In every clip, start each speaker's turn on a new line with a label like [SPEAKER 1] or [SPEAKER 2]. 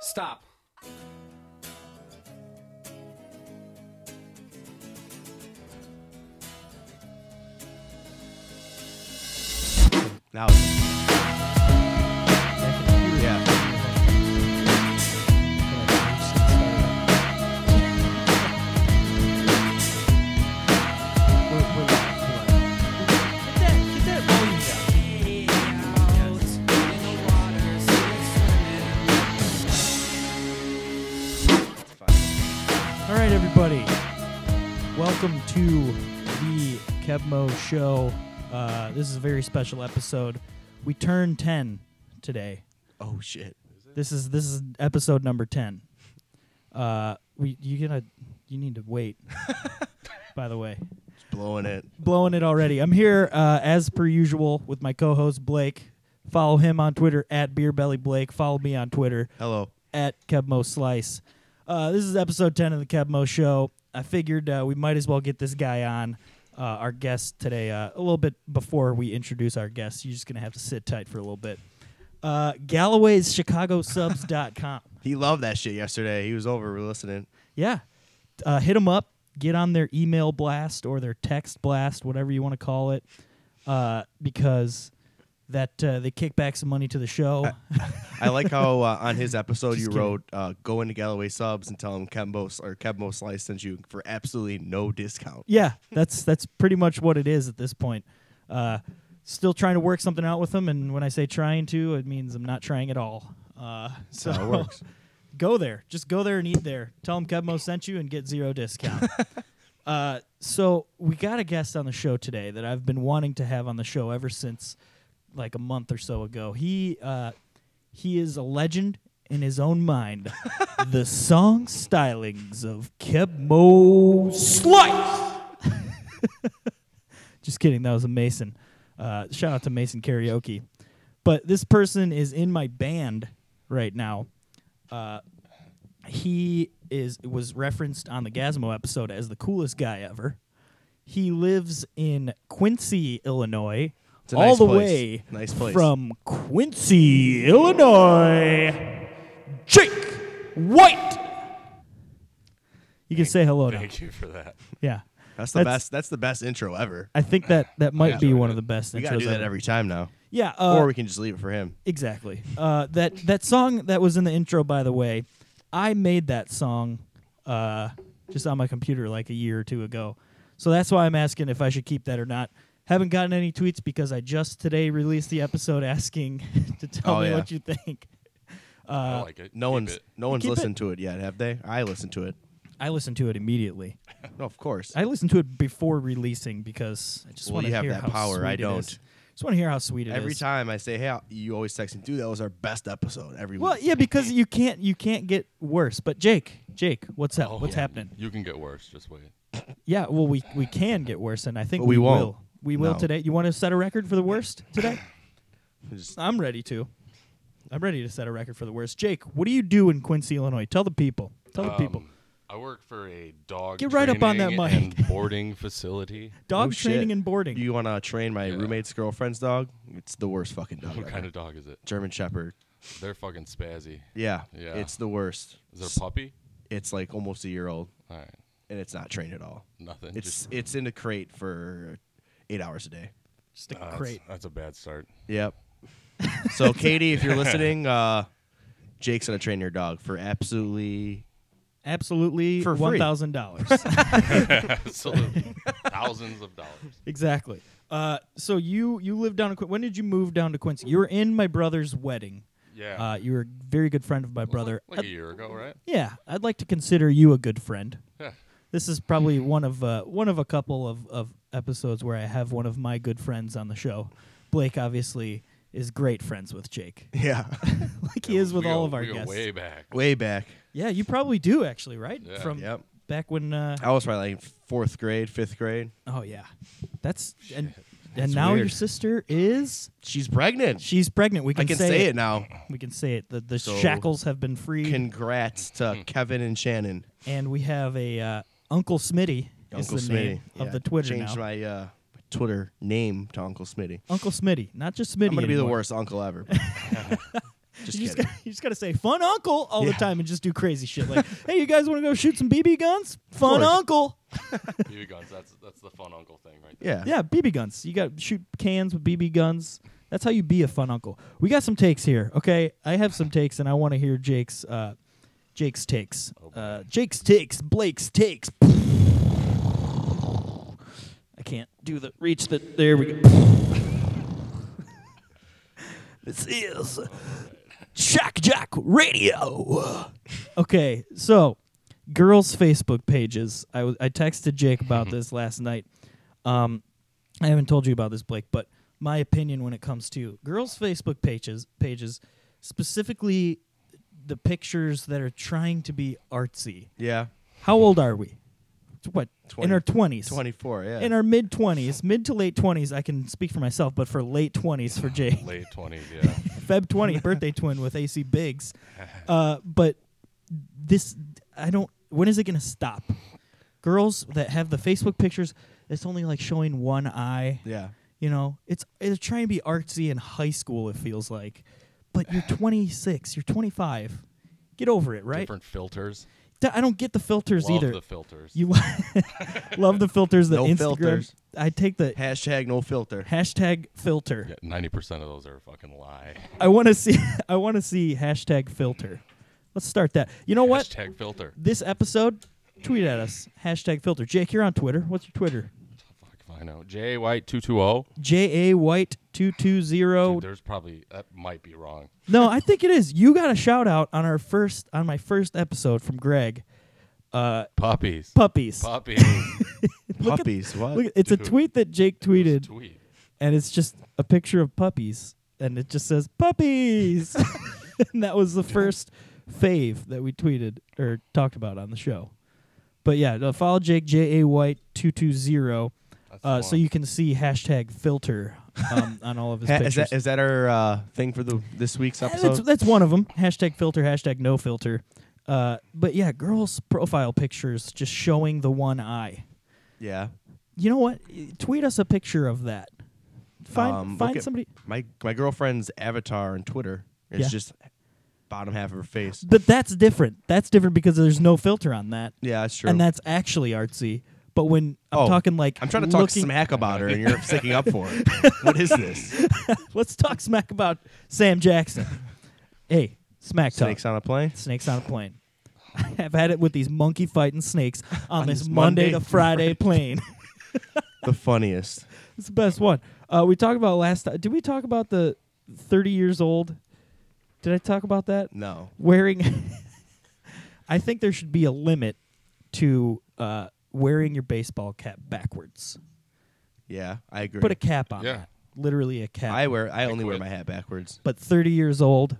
[SPEAKER 1] Stop.
[SPEAKER 2] Now. Yeah.
[SPEAKER 3] All right, everybody. Welcome to the Kevmo Show. Uh, this is a very special episode. We turn 10 today.
[SPEAKER 2] Oh shit.
[SPEAKER 3] This is this is episode number 10. Uh, we you gonna you need to wait. by the way,
[SPEAKER 2] It's blowing it.
[SPEAKER 3] blowing it already. I'm here uh, as per usual with my co-host Blake. Follow him on Twitter at BeerBellyBlake. Follow me on Twitter
[SPEAKER 2] Hello.
[SPEAKER 3] at Kebmo Slice. Uh, this is episode 10 of the Kebmo Show. I figured uh, we might as well get this guy on, uh, our guest today, uh, a little bit before we introduce our guest. You're just going to have to sit tight for a little bit. Uh, Galloway's ChicagoSubs.com.
[SPEAKER 2] He loved that shit yesterday. He was over we were listening.
[SPEAKER 3] Yeah. Uh, hit them up. Get on their email blast or their text blast, whatever you want to call it, uh, because that uh, they kick back some money to the show.
[SPEAKER 2] I like how uh, on his episode
[SPEAKER 3] Just
[SPEAKER 2] you
[SPEAKER 3] kidding.
[SPEAKER 2] wrote, uh, "Go into Galloway subs and tell him Kembo or Kembo Slice sends you for absolutely no discount."
[SPEAKER 3] yeah, that's that's pretty much what it is at this point. Uh, still trying to work something out with them, and when I say trying to, it means I'm not trying at all. Uh, so
[SPEAKER 2] That's how it works.
[SPEAKER 3] go there. Just go there and eat there. Tell them Kevmo sent you and get zero discount. uh, so we got a guest on the show today that I've been wanting to have on the show ever since like a month or so ago. He uh, he is a legend in his own mind. the song stylings of Kevmo Slice. Just kidding. That was a Mason. Uh, shout out to Mason Karaoke. But this person is in my band right now Uh, he is was referenced on the Gasmo episode as the coolest guy ever. He lives in Quincy, Illinois,
[SPEAKER 2] It's a
[SPEAKER 3] all
[SPEAKER 2] nice
[SPEAKER 3] the
[SPEAKER 2] place.
[SPEAKER 3] way
[SPEAKER 2] Nice place.
[SPEAKER 3] from Quincy, Illinois. Jake White. You can say hello now.
[SPEAKER 4] Thank you for that.
[SPEAKER 3] Yeah,
[SPEAKER 2] That's the
[SPEAKER 3] That's-
[SPEAKER 2] best. That's the best intro ever.
[SPEAKER 3] I think that that might be one of the best.
[SPEAKER 2] Oh, We gotta
[SPEAKER 3] intros
[SPEAKER 2] do that
[SPEAKER 3] ever.
[SPEAKER 2] every time now,
[SPEAKER 3] Yeah, uh,
[SPEAKER 2] or we can just leave it for him.
[SPEAKER 3] Exactly. Uh, that that song that was in the intro, by the way, I made that song uh, just on my computer like a year or two ago. So that's why I'm asking if I should keep that or not. Haven't gotten any tweets because I just today released the episode asking to tell
[SPEAKER 2] Oh,
[SPEAKER 3] me
[SPEAKER 2] yeah.
[SPEAKER 3] what you think.
[SPEAKER 4] I like it.
[SPEAKER 2] No
[SPEAKER 4] Keep
[SPEAKER 2] one's
[SPEAKER 4] it.
[SPEAKER 2] no one's
[SPEAKER 3] Uh, Keep it.
[SPEAKER 2] listened to it yet, have they? I listened to it.
[SPEAKER 3] I listened to it immediately.
[SPEAKER 2] No, of course.
[SPEAKER 3] I listened to it before releasing because I just
[SPEAKER 2] Well,
[SPEAKER 3] want to
[SPEAKER 2] you have
[SPEAKER 3] hear
[SPEAKER 2] that
[SPEAKER 3] how
[SPEAKER 2] power.
[SPEAKER 3] sweet
[SPEAKER 2] I
[SPEAKER 3] it
[SPEAKER 2] don't.
[SPEAKER 3] is. Just want to hear how sweet it is.
[SPEAKER 2] every time I say, "Hey," I'll- you always text me, "Dude, that was our best episode." Every
[SPEAKER 3] Well,
[SPEAKER 2] week.
[SPEAKER 3] yeah, because you can't you can't get worse. But Jake, Jake, what's up?
[SPEAKER 4] Oh,
[SPEAKER 3] what's
[SPEAKER 4] yeah.
[SPEAKER 3] happening?
[SPEAKER 4] You can get worse. Just wait.
[SPEAKER 3] Yeah, well, we we can get worse, and I think
[SPEAKER 2] But we won't.
[SPEAKER 3] will. We will
[SPEAKER 2] No.
[SPEAKER 3] today. You want to set a record for the worst today?
[SPEAKER 2] Just-
[SPEAKER 3] I'm ready to. I'm ready to set a record for the worst. Jake, what do you do in Quincy, Illinois? Tell the people. Tell the people.
[SPEAKER 4] Um, I work for a dog.
[SPEAKER 3] Get right up on that
[SPEAKER 4] training
[SPEAKER 3] mic.
[SPEAKER 4] and boarding facility.
[SPEAKER 3] Dog
[SPEAKER 2] Oh, shit.
[SPEAKER 3] training and boarding.
[SPEAKER 2] You want to train my roommate's girlfriend's dog? It's the worst fucking dog.
[SPEAKER 4] What
[SPEAKER 2] ever.
[SPEAKER 4] kind of dog is it?
[SPEAKER 2] German Shepherd.
[SPEAKER 4] They're fucking spazzy.
[SPEAKER 2] Yeah,
[SPEAKER 4] Yeah.
[SPEAKER 2] It's the worst.
[SPEAKER 4] Is there a puppy?
[SPEAKER 2] It's like almost a year old,
[SPEAKER 4] All right.
[SPEAKER 2] and it's not trained at all.
[SPEAKER 4] Nothing.
[SPEAKER 2] It's
[SPEAKER 4] just,
[SPEAKER 2] it's in a crate for eight hours a day.
[SPEAKER 3] Just a
[SPEAKER 4] uh, that's-
[SPEAKER 3] crate.
[SPEAKER 4] That's, a bad start.
[SPEAKER 2] Yep. So Katie, if you're listening, uh, Jake's gonna train your dog for absolutely
[SPEAKER 3] Absolutely
[SPEAKER 2] For free.
[SPEAKER 3] one thousand dollars.
[SPEAKER 4] Absolutely. Thousands of dollars.
[SPEAKER 3] exactly. Uh, so you you lived down. In, Quin- when did you move down to Quincy? You were in my brother's wedding.
[SPEAKER 4] Yeah.
[SPEAKER 3] Uh, you were a very good friend of my brother. uh,
[SPEAKER 4] Like, like a year ago, right?
[SPEAKER 3] Yeah, I'd like to consider you a good friend.
[SPEAKER 4] Yeah.
[SPEAKER 3] This is probably one of uh, one of a couple of, of episodes where I have one of my good friends on the show. Blake obviously is great friends with Jake,
[SPEAKER 2] yeah,
[SPEAKER 3] like he is with
[SPEAKER 4] We
[SPEAKER 3] all
[SPEAKER 4] go-
[SPEAKER 3] of our
[SPEAKER 4] we go
[SPEAKER 3] guests.
[SPEAKER 4] Way back.
[SPEAKER 2] way back.
[SPEAKER 3] Yeah, you probably do actually, right?
[SPEAKER 4] Yeah.
[SPEAKER 3] From
[SPEAKER 2] Yep.
[SPEAKER 3] back when. Uh,
[SPEAKER 2] I was probably like fourth grade, fifth grade.
[SPEAKER 3] oh yeah, that's and and
[SPEAKER 2] That's
[SPEAKER 3] now your
[SPEAKER 2] weird.
[SPEAKER 3] sister is
[SPEAKER 2] She's pregnant.
[SPEAKER 3] she's pregnant. We
[SPEAKER 2] I
[SPEAKER 3] can,
[SPEAKER 2] can say it now.
[SPEAKER 3] We can say it. The the
[SPEAKER 2] So-
[SPEAKER 3] shackles have been freed,
[SPEAKER 2] Congrats to Kevin and Shannon.
[SPEAKER 3] and we have a uh, Uncle Smitty. is
[SPEAKER 2] Uncle
[SPEAKER 3] the
[SPEAKER 2] Smitty
[SPEAKER 3] name of the Twitter
[SPEAKER 2] Changed
[SPEAKER 3] now.
[SPEAKER 2] my uh, Twitter name to Uncle Smitty.
[SPEAKER 3] Uncle Smitty, not just Smitty.
[SPEAKER 2] I'm gonna be the
[SPEAKER 3] anymore.
[SPEAKER 2] worst uncle ever. but Just
[SPEAKER 3] you, just
[SPEAKER 2] kidding.
[SPEAKER 3] gotta, you just gotta say "fun uncle" all
[SPEAKER 2] Yeah.
[SPEAKER 3] the time and just do crazy shit like, "Hey, you guys want to go shoot some BB guns? Fun
[SPEAKER 2] course.
[SPEAKER 3] uncle."
[SPEAKER 4] BB guns. That's that's the fun uncle thing right there.
[SPEAKER 2] Yeah.
[SPEAKER 3] Yeah, BB guns. You got to shoot cans with BB guns. That's how you be a fun uncle. We got some takes here, okay? I have some takes, and I want to hear Jake's, uh, Jake's takes, uh, Jake's takes, Blake's takes. I can't do the reach the. There we go. this is Shack Jack Radio. Okay, so girls' Facebook pages. I was I texted Jake about this last night. Um, I haven't told you about this, Blake, but my opinion when it comes to girls' Facebook pages, pages specifically the pictures that are trying to be artsy.
[SPEAKER 2] Yeah.
[SPEAKER 3] How old are we? It's What in
[SPEAKER 2] Twenty-
[SPEAKER 3] our twenties?
[SPEAKER 2] 24. Yeah.
[SPEAKER 3] In our mid twenties, mid to late twenties. I can speak for myself, but for late twenties for Jake.
[SPEAKER 4] Late twenties. Yeah.
[SPEAKER 3] Feb 20 birthday twin with AC Biggs. Uh, but this, I don't. When is it going to stop? Girls that have the Facebook pictures, it's only like showing one eye.
[SPEAKER 2] yeah.
[SPEAKER 3] You know, it's it's trying to be artsy in high school. It feels like, but you're 26, you're 25. Get over it, right?
[SPEAKER 4] Different filters.
[SPEAKER 3] D- I don't get the filters
[SPEAKER 4] Love
[SPEAKER 3] either.
[SPEAKER 4] the filters.
[SPEAKER 3] you love the filters, the
[SPEAKER 2] No
[SPEAKER 3] Instagram.
[SPEAKER 2] filters.
[SPEAKER 3] I take the
[SPEAKER 2] Hashtag no filter.
[SPEAKER 3] hashtag filter.
[SPEAKER 4] Ninety percent of those are a fucking lie.
[SPEAKER 3] I want to see. I want to see hashtag filter. Let's start that. You know what?
[SPEAKER 4] Hashtag filter.
[SPEAKER 3] This episode, tweet at us hashtag filter. Jake, you're on Twitter. What's your Twitter?
[SPEAKER 4] Fuck if I know. J White two two zero.
[SPEAKER 3] J A White two two zero.
[SPEAKER 4] There's probably that might be wrong.
[SPEAKER 3] No, I think it is. You got a shout out on our first on my first episode from Greg. Uh,
[SPEAKER 4] Puppies.
[SPEAKER 3] puppies.
[SPEAKER 4] Puppies.
[SPEAKER 3] Look at-
[SPEAKER 2] Puppies. what?
[SPEAKER 3] Look, it's a
[SPEAKER 4] Dude.
[SPEAKER 3] tweet that Jake tweeted,
[SPEAKER 4] Tweet.
[SPEAKER 3] and it's just a picture of puppies, and it just says puppies. and that was the first fave that we tweeted or talked about on the show. But yeah, no, follow Jake J A White two two zero,
[SPEAKER 4] That's
[SPEAKER 3] uh,
[SPEAKER 4] the
[SPEAKER 3] so
[SPEAKER 4] one.
[SPEAKER 3] you can see hashtag filter um, on all of his
[SPEAKER 2] Ha-
[SPEAKER 3] pictures.
[SPEAKER 2] is that is that our uh, thing for the this week's
[SPEAKER 3] Yeah, that's,
[SPEAKER 2] episode?
[SPEAKER 3] that's one of them. Hashtag filter, hashtag no filter. Uh, but yeah, girls' profile pictures just showing the one eye.
[SPEAKER 2] yeah.
[SPEAKER 3] You know what? Tweet us a picture of that. Find
[SPEAKER 2] Um,
[SPEAKER 3] find
[SPEAKER 2] look at
[SPEAKER 3] somebody.
[SPEAKER 2] My my girlfriend's avatar on Twitter is
[SPEAKER 3] Yeah.
[SPEAKER 2] just bottom half of her face.
[SPEAKER 3] But that's different. That's different because there's no filter on that,
[SPEAKER 2] Yeah, that's true.
[SPEAKER 3] and that's actually artsy. But when I'm
[SPEAKER 2] Oh,
[SPEAKER 3] talking like
[SPEAKER 2] I'm trying to talk
[SPEAKER 3] looking-
[SPEAKER 2] smack about her, and you're sticking up for it. what is this?
[SPEAKER 3] Let's talk smack about Sam Jackson. hey, smack talk.
[SPEAKER 2] Snakes on a plane.
[SPEAKER 3] snakes on a plane. I've had it with these monkey fighting snakes on, this
[SPEAKER 2] this
[SPEAKER 3] Monday,
[SPEAKER 2] Monday
[SPEAKER 3] to
[SPEAKER 2] to
[SPEAKER 3] Friday plane.
[SPEAKER 2] The funniest.
[SPEAKER 3] It's the best one. Uh, we talked about last time. Did we talk about the 30 years old? Did I talk about that?
[SPEAKER 2] No.
[SPEAKER 3] Wearing. I think there should be a limit to uh, wearing your baseball cap backwards.
[SPEAKER 2] Yeah, I agree.
[SPEAKER 3] Put a cap on
[SPEAKER 4] Yeah.
[SPEAKER 3] that. Literally a cap.
[SPEAKER 2] I wear. I only wear
[SPEAKER 4] quit.
[SPEAKER 2] my hat backwards.
[SPEAKER 3] but 30 years old.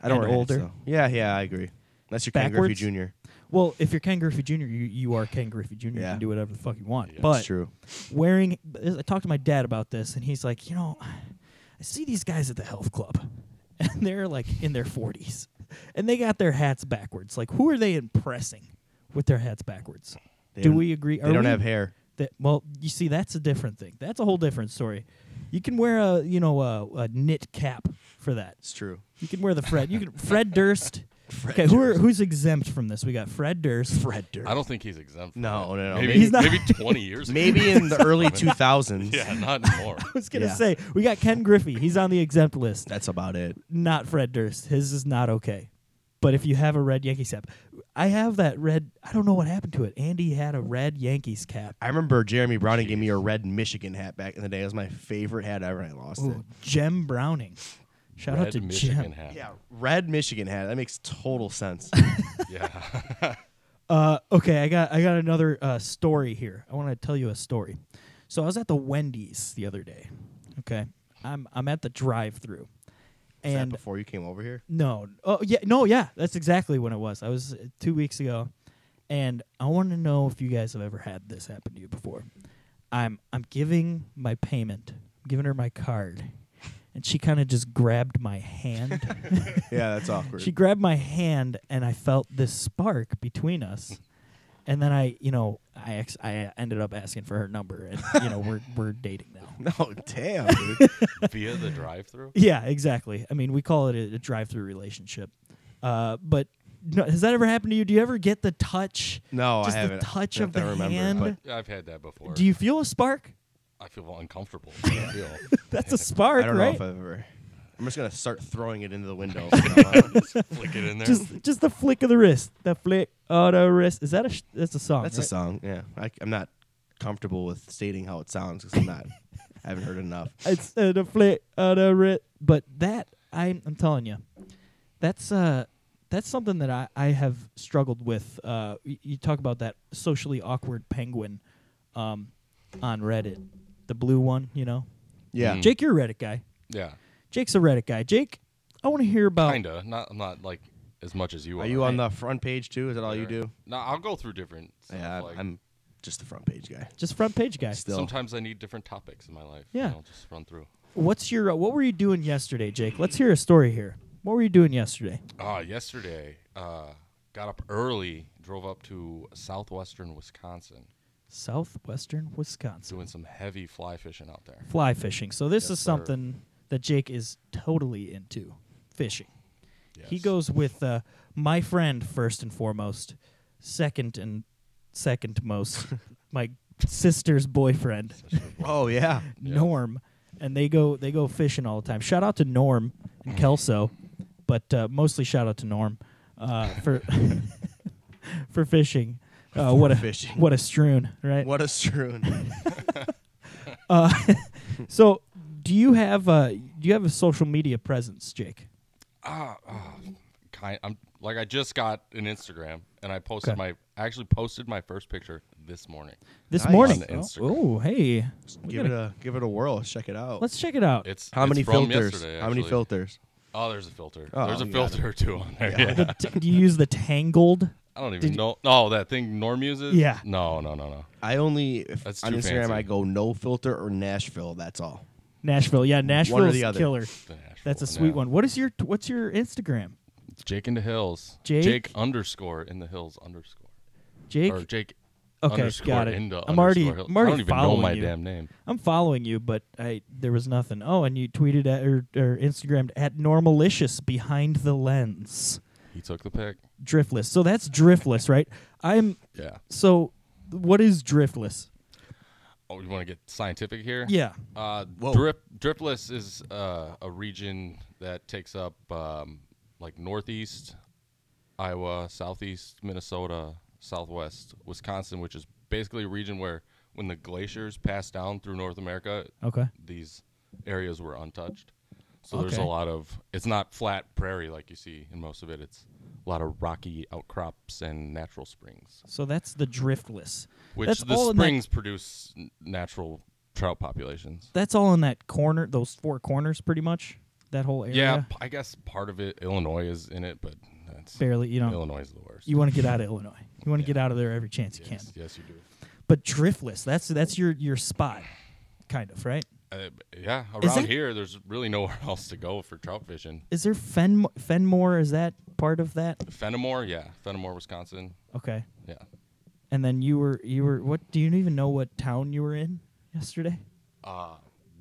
[SPEAKER 2] I don't
[SPEAKER 3] And
[SPEAKER 2] wear
[SPEAKER 3] older.
[SPEAKER 2] Hats, though. Yeah, yeah, I agree. Unless you're Ken Griffey
[SPEAKER 3] Backwards?
[SPEAKER 2] Jr.
[SPEAKER 3] Well, if you're Ken Griffey Jr., you, you are Ken Griffey Jr. You
[SPEAKER 2] Yeah.
[SPEAKER 3] can do whatever the fuck you want.
[SPEAKER 4] Yeah.
[SPEAKER 3] but
[SPEAKER 2] That's true.
[SPEAKER 3] wearing I talked to my dad about this and he's like, "You know, I see these guys at the health club and they're like in their 40s and they got their hats backwards. Like who are they impressing with their hats backwards?"
[SPEAKER 2] They
[SPEAKER 3] Do
[SPEAKER 2] don't-
[SPEAKER 3] we agree?
[SPEAKER 2] They don't have hair.
[SPEAKER 3] That, well, you see that's a different thing. That's a whole different story. You can wear a, you know, a, a knit cap for that.
[SPEAKER 2] It's true.
[SPEAKER 3] You can wear the Fred. You can Fred Durst.
[SPEAKER 2] Fred
[SPEAKER 3] okay, who are,
[SPEAKER 2] Durst.
[SPEAKER 3] who's exempt from this? We got Fred Durst.
[SPEAKER 2] Fred Durst.
[SPEAKER 4] I don't think he's exempt. From
[SPEAKER 2] No,
[SPEAKER 4] it.
[SPEAKER 2] no, no.
[SPEAKER 4] Maybe,
[SPEAKER 3] He's not-
[SPEAKER 4] maybe twenty years. ago.
[SPEAKER 2] Maybe in the early 2000s.
[SPEAKER 4] Yeah, not anymore.
[SPEAKER 3] I was gonna
[SPEAKER 2] Yeah.
[SPEAKER 3] say we got Ken Griffey. He's on the exempt list.
[SPEAKER 2] That's about it.
[SPEAKER 3] not Fred Durst. His is not okay. But if you have a red Yankees cap, I have that red. I don't know what happened to it. Andy had a red Yankees cap.
[SPEAKER 2] I remember
[SPEAKER 4] Oh,
[SPEAKER 2] Jeremy Browning gave me a red Michigan hat back in the day. It was my favorite hat ever. and I lost
[SPEAKER 3] Ooh, Jem Browning. Shout out
[SPEAKER 4] Red
[SPEAKER 3] to
[SPEAKER 4] Michigan
[SPEAKER 3] Jem.
[SPEAKER 4] hat.
[SPEAKER 2] it. Yeah, red Michigan hat. That makes total sense.
[SPEAKER 4] Yeah.
[SPEAKER 3] Uh, okay, I got I got another uh, story here. I want to tell you a story. So I was at the Wendy's the other day. Okay, I'm I'm at the drive-through,
[SPEAKER 2] Was that
[SPEAKER 3] and
[SPEAKER 2] before you came over here,
[SPEAKER 3] No. Oh yeah. No. Yeah. That's exactly when it was. I was uh, two weeks ago, and I want to know if you guys have ever had this happen to you before. I'm I'm giving my payment, I'm giving her my card, and she kind of just grabbed my hand.
[SPEAKER 2] yeah, that's awkward.
[SPEAKER 3] she grabbed my hand, and I felt this spark between us, And then I, you know, I ex- I uh, ended up asking for her number, and you know, we're we're dating now.
[SPEAKER 2] No, damn, dude.
[SPEAKER 4] via the drive-through.
[SPEAKER 3] Yeah, exactly. I mean, we call it a, a drive-through relationship. Uh, but no, has that ever happened to you? Do you ever get the touch?
[SPEAKER 2] No,
[SPEAKER 3] Just
[SPEAKER 2] Oh, I
[SPEAKER 3] the
[SPEAKER 2] haven't.
[SPEAKER 3] touch
[SPEAKER 2] Not
[SPEAKER 3] of
[SPEAKER 2] that I
[SPEAKER 3] the
[SPEAKER 2] remember,
[SPEAKER 3] hand.
[SPEAKER 2] but
[SPEAKER 4] I've had that before.
[SPEAKER 3] Do you feel a spark?
[SPEAKER 4] I feel uncomfortable. is what I feel.
[SPEAKER 3] That's a spark,
[SPEAKER 2] I don't
[SPEAKER 3] right?
[SPEAKER 2] know if I've ever. I'm just gonna start throwing it into the window. from now on.
[SPEAKER 4] Just flick it in there.
[SPEAKER 3] just just the flick of the wrist, the flick of the wrist. Is that a sh- that's a song?
[SPEAKER 2] That's a
[SPEAKER 3] right?
[SPEAKER 2] song. Yeah, I, am not comfortable with stating how it sounds because I'm not. I haven't heard enough.
[SPEAKER 3] It's uh, the flick of the wrist. But that I'm I'm telling you, that's uh that's something that I I have struggled with. Uh, y- you talk about that socially awkward penguin, um, on Reddit, the blue one. You know,
[SPEAKER 2] Yeah,
[SPEAKER 4] Mm.
[SPEAKER 3] Jake, you're a Reddit guy.
[SPEAKER 4] Yeah,
[SPEAKER 3] Jake's a Reddit guy. Jake, I want to hear about.
[SPEAKER 4] kinda. Not I'm not like as much as you are.
[SPEAKER 2] are you on the front page too? Is that all you
[SPEAKER 4] There.
[SPEAKER 2] do?
[SPEAKER 4] No, I'll go through different. Stuff.
[SPEAKER 2] Yeah,
[SPEAKER 4] like,
[SPEAKER 2] I'm just the front page guy.
[SPEAKER 3] Just front page guy.
[SPEAKER 2] Still.
[SPEAKER 4] Sometimes I need different topics in my life. and
[SPEAKER 3] Yeah.
[SPEAKER 4] I'll just run through.
[SPEAKER 3] What's your uh, what were you doing yesterday, Jake? Let's hear a story here. What were you doing yesterday?
[SPEAKER 4] Ah, yesterday, uh, got up early, drove up to southwestern Wisconsin,
[SPEAKER 3] Southwestern Wisconsin.
[SPEAKER 4] doing some heavy fly fishing out there.
[SPEAKER 3] Fly fishing. So this
[SPEAKER 4] Yes,
[SPEAKER 3] is
[SPEAKER 4] sir.
[SPEAKER 3] something that Jake is totally into. Fishing. He
[SPEAKER 4] Yes.
[SPEAKER 3] goes with uh, my friend first and foremost, second and second most, my sister's boyfriend,
[SPEAKER 2] Oh yeah,
[SPEAKER 4] Yeah.
[SPEAKER 3] Norm, and they go they go fishing all the time. Shout out to Norm
[SPEAKER 4] Mm.
[SPEAKER 3] and Kelso, but uh, mostly shout out to Norm uh, for for fishing. Uh, what a
[SPEAKER 2] fishing.
[SPEAKER 3] what a strewn right.
[SPEAKER 2] what a strewn.
[SPEAKER 3] So, do you have uh, do you have a social media presence, Jake?
[SPEAKER 4] Ah, ah, kind. I'm like I just got an Instagram, and I posted
[SPEAKER 3] Okay.
[SPEAKER 4] my I actually posted my first picture this morning.
[SPEAKER 3] This
[SPEAKER 2] Nice.
[SPEAKER 3] morning.
[SPEAKER 4] On
[SPEAKER 3] Oh,
[SPEAKER 4] Instagram.
[SPEAKER 3] oh, hey, We
[SPEAKER 2] give it
[SPEAKER 3] gotta-
[SPEAKER 2] a give it a whirl. Let's check it out.
[SPEAKER 3] let's check it out.
[SPEAKER 4] It's
[SPEAKER 2] how
[SPEAKER 4] it's
[SPEAKER 2] many
[SPEAKER 4] from
[SPEAKER 2] filters?
[SPEAKER 4] yesterday,
[SPEAKER 2] How many
[SPEAKER 4] actually.
[SPEAKER 2] filters?
[SPEAKER 4] Oh, there's a filter.
[SPEAKER 2] Oh,
[SPEAKER 4] there's a
[SPEAKER 2] you got
[SPEAKER 4] filter too on there.
[SPEAKER 3] The t- do you use the Tangled?
[SPEAKER 4] I don't
[SPEAKER 3] Did
[SPEAKER 4] even
[SPEAKER 3] you-
[SPEAKER 4] know. No, that thing Norm uses.
[SPEAKER 3] Yeah.
[SPEAKER 4] No, no, no, no.
[SPEAKER 2] I only if
[SPEAKER 4] That's
[SPEAKER 2] on
[SPEAKER 4] too
[SPEAKER 2] Instagram
[SPEAKER 4] fancy.
[SPEAKER 2] I go no filter or Nashville. That's all.
[SPEAKER 3] Nashville, yeah, Nashville's
[SPEAKER 2] the other.
[SPEAKER 3] killer.
[SPEAKER 4] The Nashville
[SPEAKER 3] That's a
[SPEAKER 4] one,
[SPEAKER 3] sweet
[SPEAKER 4] yeah.
[SPEAKER 3] one. What is your what's your Instagram?
[SPEAKER 4] It's Jake in the hills.
[SPEAKER 3] Jake?
[SPEAKER 4] underscore in the hills underscore
[SPEAKER 3] Jake.
[SPEAKER 4] or Jake.
[SPEAKER 3] Okay,
[SPEAKER 4] underscore
[SPEAKER 3] got it.
[SPEAKER 4] in the
[SPEAKER 3] I'm already-
[SPEAKER 4] underscore hills.
[SPEAKER 3] I'm already
[SPEAKER 4] I don't even know
[SPEAKER 3] following
[SPEAKER 4] my
[SPEAKER 3] you.
[SPEAKER 4] damn name.
[SPEAKER 3] I'm following you, but I there was nothing. Oh, and you tweeted at or, or Instagrammed at Normalicious behind the lens.
[SPEAKER 4] He took the pic.
[SPEAKER 3] Driftless. So that's driftless, right? I'm
[SPEAKER 4] Yeah.
[SPEAKER 3] so what is driftless?
[SPEAKER 4] Oh, you want to get scientific here?
[SPEAKER 3] Yeah.
[SPEAKER 4] Uh,
[SPEAKER 2] Whoa.
[SPEAKER 4] drip, dripless is uh, a region that takes up um, like northeast Iowa, southeast Minnesota, southwest Wisconsin, which is basically a region where when the glaciers passed down through North America,
[SPEAKER 3] Okay.
[SPEAKER 4] these areas were untouched. So there's a
[SPEAKER 3] Okay.
[SPEAKER 4] lot of it's not flat prairie like you see in most of it. It's a lot of rocky outcrops and natural springs,
[SPEAKER 3] So that's the driftless.
[SPEAKER 4] which
[SPEAKER 3] that's
[SPEAKER 4] the
[SPEAKER 3] all in that-
[SPEAKER 4] springs produce n- natural trout populations.
[SPEAKER 3] That's all in that corner, those four corners, pretty much. That whole area.
[SPEAKER 4] Yeah, p- I guess part of it Illinois is in it, but that's
[SPEAKER 3] Barely, you know.
[SPEAKER 4] Illinois is the worst.
[SPEAKER 3] You want to get out of Illinois. You want to get out of there every chance you
[SPEAKER 4] yes,
[SPEAKER 3] can.
[SPEAKER 4] yes, you do.
[SPEAKER 3] But driftless, that's that's your your spot, kind of right.
[SPEAKER 4] Uh, b- yeah,
[SPEAKER 3] Is
[SPEAKER 4] around
[SPEAKER 3] that-
[SPEAKER 4] here, there's really nowhere else to go for trout fishing.
[SPEAKER 3] Is there Fen Fenmore? Is that part of that?
[SPEAKER 4] Fenimore, yeah, Fenimore, Wisconsin,
[SPEAKER 3] Okay.
[SPEAKER 4] yeah.
[SPEAKER 3] And then you were you were what? Do you even know what town you were in yesterday?
[SPEAKER 4] Uh,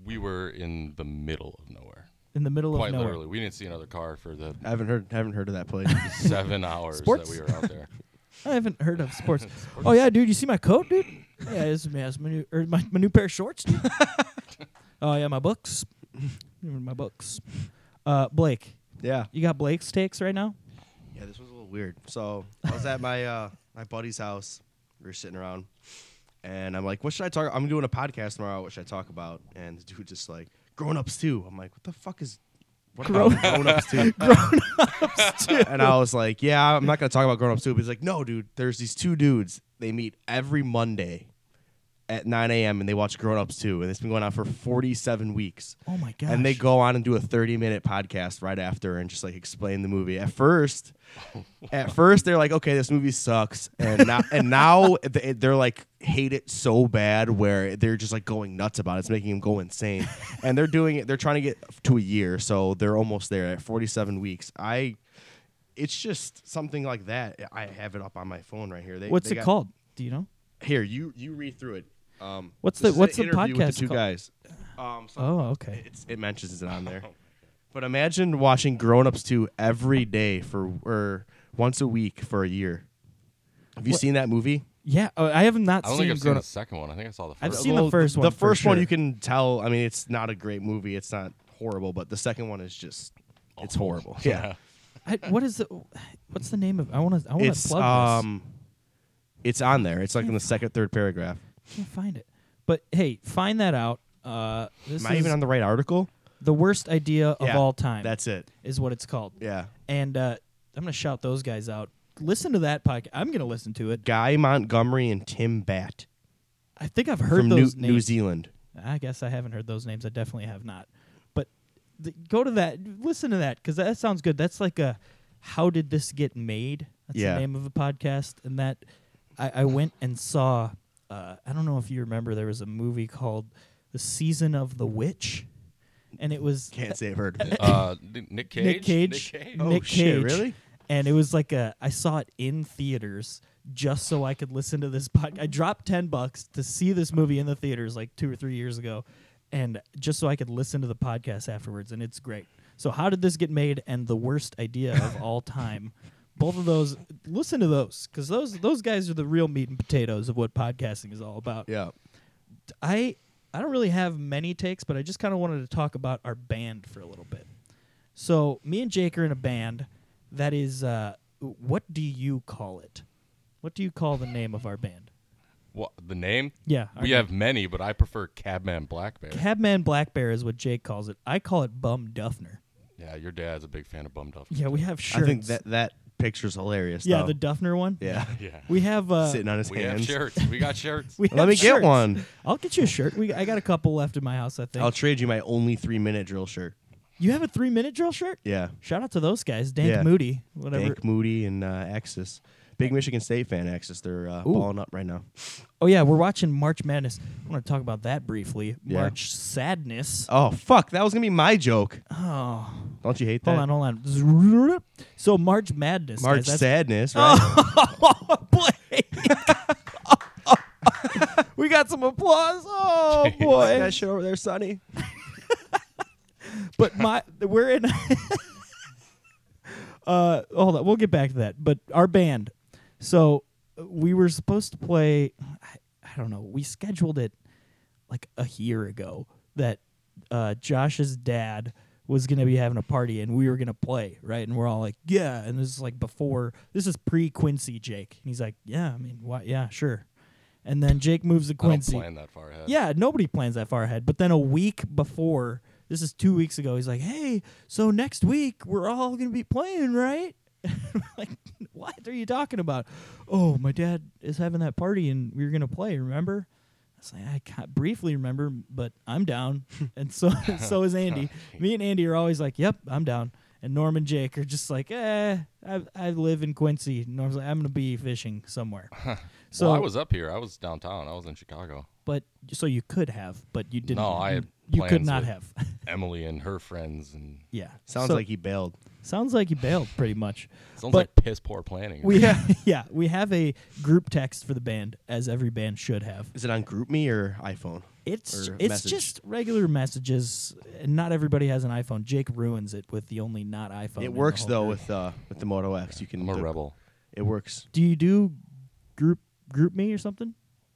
[SPEAKER 4] we were in the middle of nowhere,
[SPEAKER 3] In the middle
[SPEAKER 4] quite
[SPEAKER 3] of nowhere.
[SPEAKER 4] literally. We didn't see another car for the
[SPEAKER 2] I haven't heard haven't heard of that place.
[SPEAKER 4] seven hours
[SPEAKER 3] Sports?
[SPEAKER 4] that we were out there.
[SPEAKER 3] I haven't heard of sports. Oh yeah, dude, you see my coat, dude? Yeah, this is my, this is my new or my, my new pair of shorts, dude. oh yeah, my books. My books. Uh, Blake,
[SPEAKER 2] yeah.
[SPEAKER 3] you got Blake's takes right now?
[SPEAKER 2] Yeah, this was a little weird. So I was at my uh, my buddy's house. We were sitting around, and I'm like, "What should I talk? I'm doing a podcast tomorrow. What should I talk about?" And the dude just like, "Grown ups too." I'm like, "What the fuck is what grown ups too?" and I was like, "Yeah, I'm not gonna talk about grown ups too." But he's like, "No, dude. There's these two dudes. They meet every Monday." At 9 a.m. and they watch Grown Ups too, and it's been going on for 47 weeks.
[SPEAKER 3] Oh my gosh.
[SPEAKER 2] And they go on and do a 30 minute podcast right after and just like explain the movie. At first, at first they're like, okay, this movie sucks, and now, and now they- they're like hate it so bad where they're just like going nuts about it. It's making them go insane, and they're doing it. They're trying to get to a year, so they're almost there at 47 weeks. I. it's just something like that. I have it up on my phone right here. They,
[SPEAKER 3] What's
[SPEAKER 2] they
[SPEAKER 3] it
[SPEAKER 2] got-
[SPEAKER 3] called? Do you know?
[SPEAKER 2] Here, you you read through it. Um,
[SPEAKER 3] What's
[SPEAKER 2] this
[SPEAKER 3] the-
[SPEAKER 2] is an
[SPEAKER 3] what's the
[SPEAKER 2] interview with
[SPEAKER 3] podcast
[SPEAKER 2] the two
[SPEAKER 3] called?
[SPEAKER 2] guys. Um, so
[SPEAKER 3] Oh, okay.
[SPEAKER 2] it's, it mentions it on there. But imagine watching Grown Ups 2 every day for or once a week for a year. Have you
[SPEAKER 3] What?
[SPEAKER 2] seen that movie?
[SPEAKER 3] Yeah, oh, I have not
[SPEAKER 4] I don't
[SPEAKER 3] seen
[SPEAKER 4] think I've seen
[SPEAKER 3] Grown
[SPEAKER 4] the
[SPEAKER 3] Up.
[SPEAKER 4] second one. I think I saw the
[SPEAKER 3] I've
[SPEAKER 4] first.
[SPEAKER 3] seen the
[SPEAKER 2] Well,
[SPEAKER 3] first one
[SPEAKER 2] The
[SPEAKER 3] for
[SPEAKER 2] first one
[SPEAKER 3] sure.
[SPEAKER 2] you can tell. I mean, it's not a great movie. It's not horrible, but the second one is just it's horrible. Yeah,
[SPEAKER 3] I, what is the what's the name of? I want to I want to
[SPEAKER 2] it's
[SPEAKER 3] plug
[SPEAKER 2] um, it's on there. It's like in the second, third paragraph.
[SPEAKER 3] this. Can't find it. But hey, find that out. Uh, this
[SPEAKER 2] Am I
[SPEAKER 3] is
[SPEAKER 2] even on the right article?
[SPEAKER 3] the worst idea of
[SPEAKER 2] Yeah,
[SPEAKER 3] all time.
[SPEAKER 2] That's it.
[SPEAKER 3] is what it's called.
[SPEAKER 2] Yeah,
[SPEAKER 3] And uh, I'm gonna shout those guys out. Listen to that podcast. I'm gonna listen to it.
[SPEAKER 2] Guy Montgomery and Tim Bat
[SPEAKER 3] I think I've heard
[SPEAKER 2] from New,
[SPEAKER 3] those
[SPEAKER 2] New
[SPEAKER 3] names.
[SPEAKER 2] Zealand.
[SPEAKER 3] I guess I haven't heard those names. I definitely have not. But th- go to that. Listen to that because that sounds good. That's like a how did this get made? That's
[SPEAKER 2] Yeah.
[SPEAKER 3] the name of a podcast. And that I, I went and saw. Uh, I don't know if you remember. There was a movie called The Season of the Witch, and it was
[SPEAKER 2] Can't say I've heard. of it.
[SPEAKER 4] Uh, Nick Nick Cage.
[SPEAKER 3] Nick Cage.
[SPEAKER 4] Nick Cage.
[SPEAKER 2] Oh,
[SPEAKER 3] Nick
[SPEAKER 2] shit,
[SPEAKER 3] Cage.
[SPEAKER 2] really?
[SPEAKER 3] And it was like a I saw it in theaters just so I could listen to this podcast. I dropped ten bucks to see this movie in the theaters like two or three years ago, and just so I could listen to the podcast afterwards, and it's great. So how did this get made? And the worst idea of all time. Both of those, listen to those because those those guys are the real meat and potatoes of what podcasting is all about.
[SPEAKER 2] Yeah.
[SPEAKER 3] I I don't really have many takes, but I just kind of wanted to talk about our band for a little bit. So me and Jake are in a band that is. Uh, what do you call it? What do you call the name of our band?
[SPEAKER 4] What the name?
[SPEAKER 3] Yeah, our
[SPEAKER 4] We have many, but I prefer Cabman Black Bear.
[SPEAKER 3] Cabman Black Bear is what Jake calls it. I call it Bum Duffner.
[SPEAKER 4] yeah, your dad's a big fan of Bum Duff.
[SPEAKER 3] Yeah, we have
[SPEAKER 2] I
[SPEAKER 3] shirts.
[SPEAKER 2] think that that picture's hilarious.
[SPEAKER 3] yeah,
[SPEAKER 2] though.
[SPEAKER 3] the Duffner one.
[SPEAKER 2] yeah,
[SPEAKER 4] Yeah.
[SPEAKER 3] we have uh,
[SPEAKER 2] sitting on his
[SPEAKER 4] We have
[SPEAKER 2] hands.
[SPEAKER 4] shirts. We got shirts.
[SPEAKER 3] we
[SPEAKER 2] Let
[SPEAKER 3] have
[SPEAKER 2] me get
[SPEAKER 3] shirts.
[SPEAKER 2] one.
[SPEAKER 3] I'll get you a shirt. We I got a couple left in my house. I think
[SPEAKER 2] I'll trade you my only three minute drill shirt.
[SPEAKER 3] you have a three minute drill shirt.
[SPEAKER 2] Yeah.
[SPEAKER 3] Shout out to those guys, Dank
[SPEAKER 2] Yeah.
[SPEAKER 3] Moody, whatever.
[SPEAKER 2] Dank Moody and uh, Axis. Big Michigan State fan, Axis. They're uh,
[SPEAKER 3] Ooh.
[SPEAKER 2] balling up right now.
[SPEAKER 3] Oh yeah, we're watching March Madness. I want to talk about that briefly.
[SPEAKER 2] Yeah.
[SPEAKER 3] March Sadness.
[SPEAKER 2] Oh fuck, that was gonna be my joke.
[SPEAKER 3] Oh,
[SPEAKER 2] Don't you hate that?
[SPEAKER 3] hold on, hold on. Zzzz. So March Madness.
[SPEAKER 2] March
[SPEAKER 3] guys, that's-
[SPEAKER 2] sadness, right?
[SPEAKER 3] Oh, Blake. we got some applause. Oh
[SPEAKER 2] Like
[SPEAKER 3] boy.
[SPEAKER 2] that shit over there, Sonny.
[SPEAKER 3] But my we're in. uh, hold on, we'll get back to that. But our band. So uh, we were supposed to play. I, I don't know. We scheduled it like a year ago that uh, Josh's dad was gonna be having a party and we were gonna play right, and we're all like, yeah. And this is like before. This is pre Quincy Jake, and he's like, yeah. I mean, why? Yeah, sure. And then Jake moves to
[SPEAKER 4] I don't
[SPEAKER 3] Quincy.
[SPEAKER 4] plan that far ahead.
[SPEAKER 3] Yeah, nobody plans that far ahead. But then a week before, this is two weeks ago, he's like, hey, so next week we're all going to be playing, right? like, what are you talking about? Oh, my dad is having that party and we are going to play, remember? I was like, I can't briefly remember, but I'm down. and so so is Andy. Me and Andy are always like, yep, I'm down. And Norm and Jake are just like, eh, I, I live in Quincy. Norm's like, I'm going to be fishing somewhere. so
[SPEAKER 4] well, I was up here. I was downtown. I was in Chicago.
[SPEAKER 3] but so you could have, but you didn't.
[SPEAKER 4] No, I had
[SPEAKER 3] you could
[SPEAKER 4] plans
[SPEAKER 3] not
[SPEAKER 4] with-
[SPEAKER 3] have.
[SPEAKER 4] Emily and her friends, and
[SPEAKER 3] yeah,
[SPEAKER 2] Sounds
[SPEAKER 3] So-
[SPEAKER 2] like he bailed.
[SPEAKER 3] sounds like you bailed pretty much.
[SPEAKER 4] sounds
[SPEAKER 3] But-
[SPEAKER 4] like piss poor planning.
[SPEAKER 3] We yeah, we have a group text for the band, as every band should have.
[SPEAKER 2] Is it on GroupMe or iPhone?
[SPEAKER 3] It's
[SPEAKER 2] Or
[SPEAKER 3] it's
[SPEAKER 2] message.
[SPEAKER 3] just regular messages, and not everybody has an iPhone. Jake ruins it with the only not iPhone. in the
[SPEAKER 2] it works
[SPEAKER 3] whole
[SPEAKER 2] though
[SPEAKER 3] group.
[SPEAKER 2] with uh, with the Moto X. You can.
[SPEAKER 4] I'm a
[SPEAKER 2] do-
[SPEAKER 4] rebel.
[SPEAKER 2] It works.
[SPEAKER 3] Do you do group group me or something?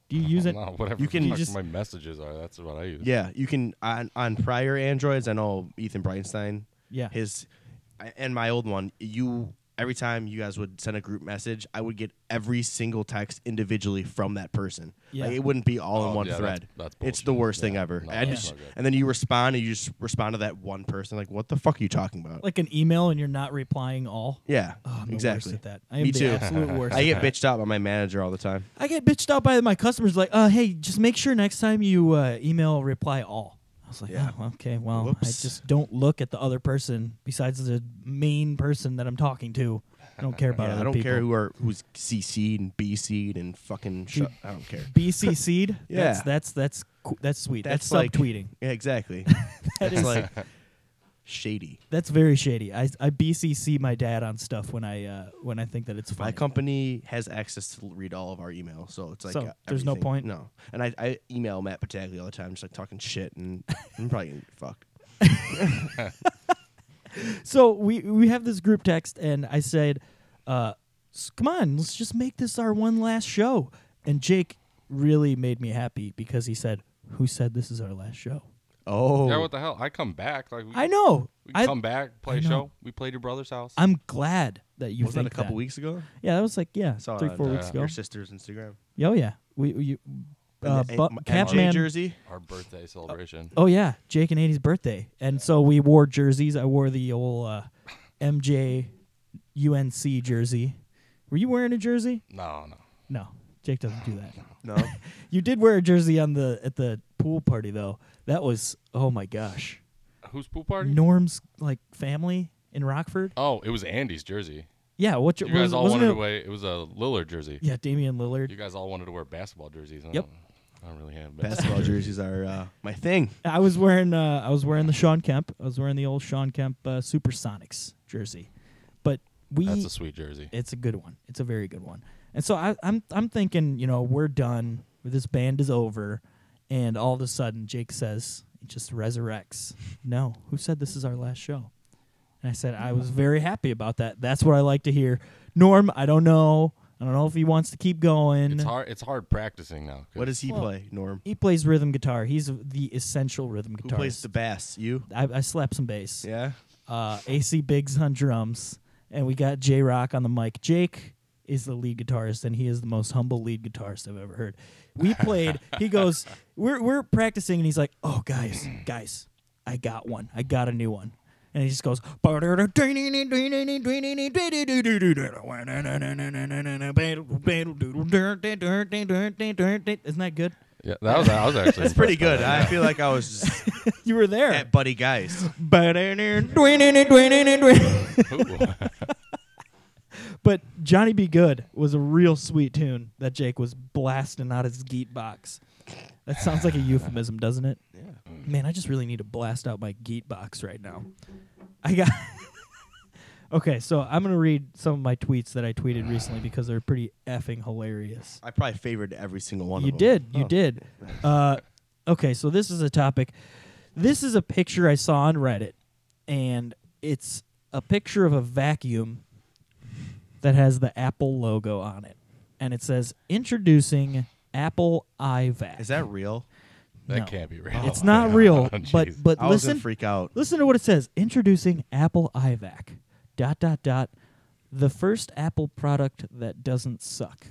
[SPEAKER 3] Do you use it?
[SPEAKER 4] No, whatever.
[SPEAKER 2] You
[SPEAKER 4] You
[SPEAKER 2] can-
[SPEAKER 4] can
[SPEAKER 2] you just-
[SPEAKER 4] my messages are. That's what I use.
[SPEAKER 2] Yeah, you can on on prior Androids. I know Ethan Brightstein.
[SPEAKER 3] Yeah.
[SPEAKER 2] His I- and my old one. You every time you guys would send a group message, I would get every single text individually from that person.
[SPEAKER 3] Yeah.
[SPEAKER 2] Like, it wouldn't be all in
[SPEAKER 4] Oh,
[SPEAKER 2] one
[SPEAKER 4] yeah, that's-
[SPEAKER 2] thread.
[SPEAKER 4] that's
[SPEAKER 2] it's the
[SPEAKER 4] bullshit.
[SPEAKER 2] worst thing
[SPEAKER 4] Yeah.
[SPEAKER 2] ever.
[SPEAKER 4] No,
[SPEAKER 2] I
[SPEAKER 4] that's
[SPEAKER 2] just-
[SPEAKER 4] not good.
[SPEAKER 2] and then you respond and you just respond to that one person like, what the fuck are you talking about?
[SPEAKER 3] Like an email, and you're not replying all.
[SPEAKER 2] yeah,
[SPEAKER 3] Oh, I'm
[SPEAKER 2] exactly.
[SPEAKER 3] the worst at that. I am
[SPEAKER 2] Me
[SPEAKER 3] the
[SPEAKER 2] too.
[SPEAKER 3] absolute worst.
[SPEAKER 2] I
[SPEAKER 3] at
[SPEAKER 2] get
[SPEAKER 3] that.
[SPEAKER 2] bitched out by my manager all the time.
[SPEAKER 3] I get bitched out by my customers like, uh, hey, just make sure next time you uh, email reply all. I was like,
[SPEAKER 2] Yeah.
[SPEAKER 3] oh, okay, well, I
[SPEAKER 2] Whoops.
[SPEAKER 3] just don't look at the other person besides the main person that I'm talking to. I don't care about
[SPEAKER 2] Yeah,
[SPEAKER 3] other
[SPEAKER 2] I don't
[SPEAKER 3] people.
[SPEAKER 2] care who are who's CC'd and BC'd and fucking shut. I don't care.
[SPEAKER 3] BCC'd?
[SPEAKER 2] Yeah.
[SPEAKER 3] That's, that's, that's, qu- that's sweet. That's,
[SPEAKER 2] like
[SPEAKER 3] subtweeting.
[SPEAKER 2] Yeah, exactly.
[SPEAKER 3] That
[SPEAKER 2] It's
[SPEAKER 3] is-
[SPEAKER 2] like shady.
[SPEAKER 3] That's very shady. I, I BCC my dad on stuff when I uh, when I think that it's funny.
[SPEAKER 2] My company has access to l- read all of our emails, so it's like
[SPEAKER 3] So,
[SPEAKER 2] uh,
[SPEAKER 3] there's no
[SPEAKER 2] everything.
[SPEAKER 3] point?
[SPEAKER 2] No, and I, I email Matt Pataglia all the time, just like talking shit, and I'm probably gonna get fucked.
[SPEAKER 3] so we we have this group text, and I said, uh, s- "Come on, let's just make this our one last show." And Jake really made me happy because he said, "Who said this is our last show?"
[SPEAKER 2] Oh,
[SPEAKER 4] Yeah, what the hell? I come back. Like we,
[SPEAKER 3] I know.
[SPEAKER 4] We
[SPEAKER 3] I,
[SPEAKER 4] come back, play
[SPEAKER 3] I
[SPEAKER 4] a
[SPEAKER 3] know.
[SPEAKER 4] show. We played your brother's house.
[SPEAKER 3] I'm glad that you
[SPEAKER 2] wasn't that
[SPEAKER 3] think
[SPEAKER 2] a couple weeks ago?
[SPEAKER 3] Yeah, that was like yeah,
[SPEAKER 2] I saw
[SPEAKER 3] three
[SPEAKER 2] it
[SPEAKER 3] four
[SPEAKER 2] on,
[SPEAKER 3] weeks
[SPEAKER 2] uh,
[SPEAKER 3] ago.
[SPEAKER 2] Your sister's Instagram.
[SPEAKER 3] Oh yeah, we, we uh,
[SPEAKER 2] And the-
[SPEAKER 3] bu-
[SPEAKER 2] and- and Jay
[SPEAKER 3] Catman.
[SPEAKER 2] jersey.
[SPEAKER 4] Our birthday celebration.
[SPEAKER 3] Oh yeah, Jake and Annie's birthday, and so we wore jerseys. I wore the old uh, MJ UNC jersey. Were you wearing a jersey?
[SPEAKER 4] No, no.
[SPEAKER 3] No, Jake doesn't do that.
[SPEAKER 2] No,
[SPEAKER 3] You did wear a jersey on the at the pool party though. That was oh my gosh,
[SPEAKER 4] Who's pool party?
[SPEAKER 3] Norm's like family in Rockford.
[SPEAKER 4] Oh, it was Andy's jersey.
[SPEAKER 3] Yeah, what jer-
[SPEAKER 4] You guys
[SPEAKER 3] was,
[SPEAKER 4] all
[SPEAKER 3] wasn't
[SPEAKER 4] wanted
[SPEAKER 3] it-
[SPEAKER 4] to wear. It was a Lillard jersey.
[SPEAKER 3] Yeah, Damian Lillard.
[SPEAKER 4] You guys all wanted to wear basketball jerseys. and I
[SPEAKER 3] Yep.
[SPEAKER 4] don't- I don't really have
[SPEAKER 2] basketball jerseys are uh, my thing.
[SPEAKER 3] I was wearing uh, I was wearing the Sean Kemp. I was wearing the old Sean Kemp uh, Supersonics jersey, but we
[SPEAKER 4] That's a sweet jersey.
[SPEAKER 3] it's a good one. It's a very good one. And so I, I'm I'm thinking, you know, we're done. This band is over, and all of a sudden Jake says, it just resurrects. No, who said this is our last show? And I said I was very happy about that. That's what I like to hear. Norm, I don't know. I don't know if he wants to keep going.
[SPEAKER 4] It's hard. It's hard practicing now. 'cause
[SPEAKER 2] What does he
[SPEAKER 3] Well,
[SPEAKER 2] play, Norm?
[SPEAKER 3] He plays rhythm guitar. He's the essential rhythm
[SPEAKER 2] Who
[SPEAKER 3] guitarist.
[SPEAKER 2] plays the bass? You?
[SPEAKER 3] I, I slap some bass.
[SPEAKER 2] Yeah.
[SPEAKER 3] uh, AC Biggs on drums, and we got J Rock on the mic. Jake is the lead guitarist, and he is the most humble lead guitarist I've ever heard. We played. he goes, "We're we're practicing," and he's like, "Oh, guys, guys, I got one. I got a new one." And he just goes, isn't that good?
[SPEAKER 4] Yeah, that was. I was actually.
[SPEAKER 2] That's pretty
[SPEAKER 4] impressed
[SPEAKER 2] good.
[SPEAKER 4] by
[SPEAKER 2] I feel like I was just
[SPEAKER 3] You were there.
[SPEAKER 2] at Buddy Geist.
[SPEAKER 4] that. Ooh.
[SPEAKER 3] But Johnny Be Good was a real sweet tune that Jake was blasting out his geek box. That sounds like a euphemism, doesn't it?
[SPEAKER 2] Yeah.
[SPEAKER 3] Man, I just really need to blast out my geek box right now. I got Okay, so I'm gonna read some of my tweets that I tweeted recently because they're pretty effing hilarious.
[SPEAKER 2] I probably favored every single one
[SPEAKER 3] You
[SPEAKER 2] of them.
[SPEAKER 3] did, you
[SPEAKER 2] Oh.
[SPEAKER 3] did. Uh, okay, so this is a topic. This is a picture I saw on Reddit, and it's a picture of a vacuum that has the Apple logo on it, and it says "Introducing Apple iVac."
[SPEAKER 2] Is that real?
[SPEAKER 4] That
[SPEAKER 3] No.
[SPEAKER 4] can't be real.
[SPEAKER 3] It's not real,
[SPEAKER 4] Oh, jeez.
[SPEAKER 3] but but
[SPEAKER 2] I was
[SPEAKER 3] listen,
[SPEAKER 2] gonna freak out.
[SPEAKER 3] Listen to what it says. Introducing Apple iVac. Dot dot dot. The first Apple product that doesn't suck.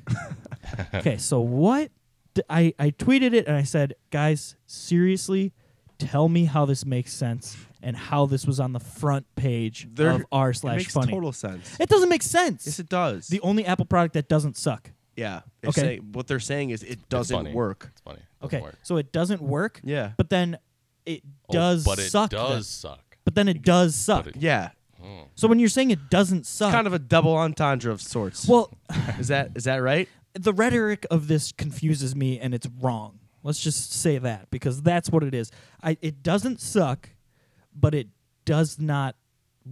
[SPEAKER 3] okay, so what? d- I I tweeted it and I said, guys, seriously, tell me how this makes sense and how this was on the front page
[SPEAKER 2] There-
[SPEAKER 3] of r
[SPEAKER 2] It
[SPEAKER 3] slash
[SPEAKER 2] makes
[SPEAKER 3] funny.
[SPEAKER 2] total sense.
[SPEAKER 3] It doesn't make sense.
[SPEAKER 2] Yes, it does.
[SPEAKER 3] the only Apple product that doesn't suck.
[SPEAKER 2] yeah. They're
[SPEAKER 3] Okay.
[SPEAKER 2] saying- what they're saying is it
[SPEAKER 4] It's
[SPEAKER 2] doesn't
[SPEAKER 4] funny.
[SPEAKER 2] work.
[SPEAKER 4] It's funny. It doesn't
[SPEAKER 3] Okay,
[SPEAKER 4] work.
[SPEAKER 3] so it doesn't work.
[SPEAKER 2] Yeah.
[SPEAKER 3] But then it
[SPEAKER 4] Oh,
[SPEAKER 3] does
[SPEAKER 4] But it
[SPEAKER 3] suck. then.
[SPEAKER 4] does suck.
[SPEAKER 3] But then it does suck.
[SPEAKER 4] it-
[SPEAKER 2] yeah.
[SPEAKER 4] Mm.
[SPEAKER 3] so when you're saying it doesn't suck,
[SPEAKER 2] It's kind of a double entendre of sorts.
[SPEAKER 3] well,
[SPEAKER 2] is that is that right?
[SPEAKER 3] the rhetoric of this confuses me and it's wrong. Let's just say that because that's what it is. I it doesn't suck, but it does not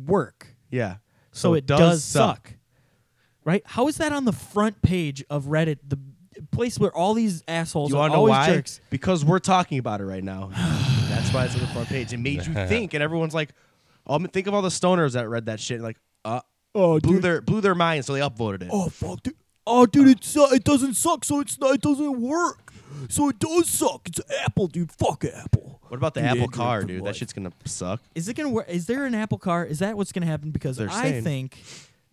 [SPEAKER 3] work.
[SPEAKER 2] Yeah.
[SPEAKER 3] So, it, does, suck. Right? How is that on the front page of Reddit, the place where all these assholes
[SPEAKER 2] You
[SPEAKER 3] are
[SPEAKER 2] want to know
[SPEAKER 3] always
[SPEAKER 2] why?
[SPEAKER 3] jerks?
[SPEAKER 2] Because we're talking about it right now. That's why it's on the front page. It made you think, and everyone's like, um, think of all the stoners that read that shit. And like, uh,
[SPEAKER 3] Oh,
[SPEAKER 2] blew their blew their mind, so they upvoted it.
[SPEAKER 3] Oh fuck, dude. Oh, dude, it su- it doesn't suck, so it's not, it doesn't work. So it does suck. It's Apple, dude. Fuck Apple.
[SPEAKER 2] What about the
[SPEAKER 3] Dude,
[SPEAKER 2] Apple
[SPEAKER 3] Android
[SPEAKER 2] car,
[SPEAKER 3] for
[SPEAKER 2] dude? That
[SPEAKER 3] life.
[SPEAKER 2] shit's gonna suck.
[SPEAKER 3] Is it gonna work? Is there an Apple car? Is that what's gonna happen? Because
[SPEAKER 2] They're
[SPEAKER 3] I
[SPEAKER 2] saying.
[SPEAKER 3] think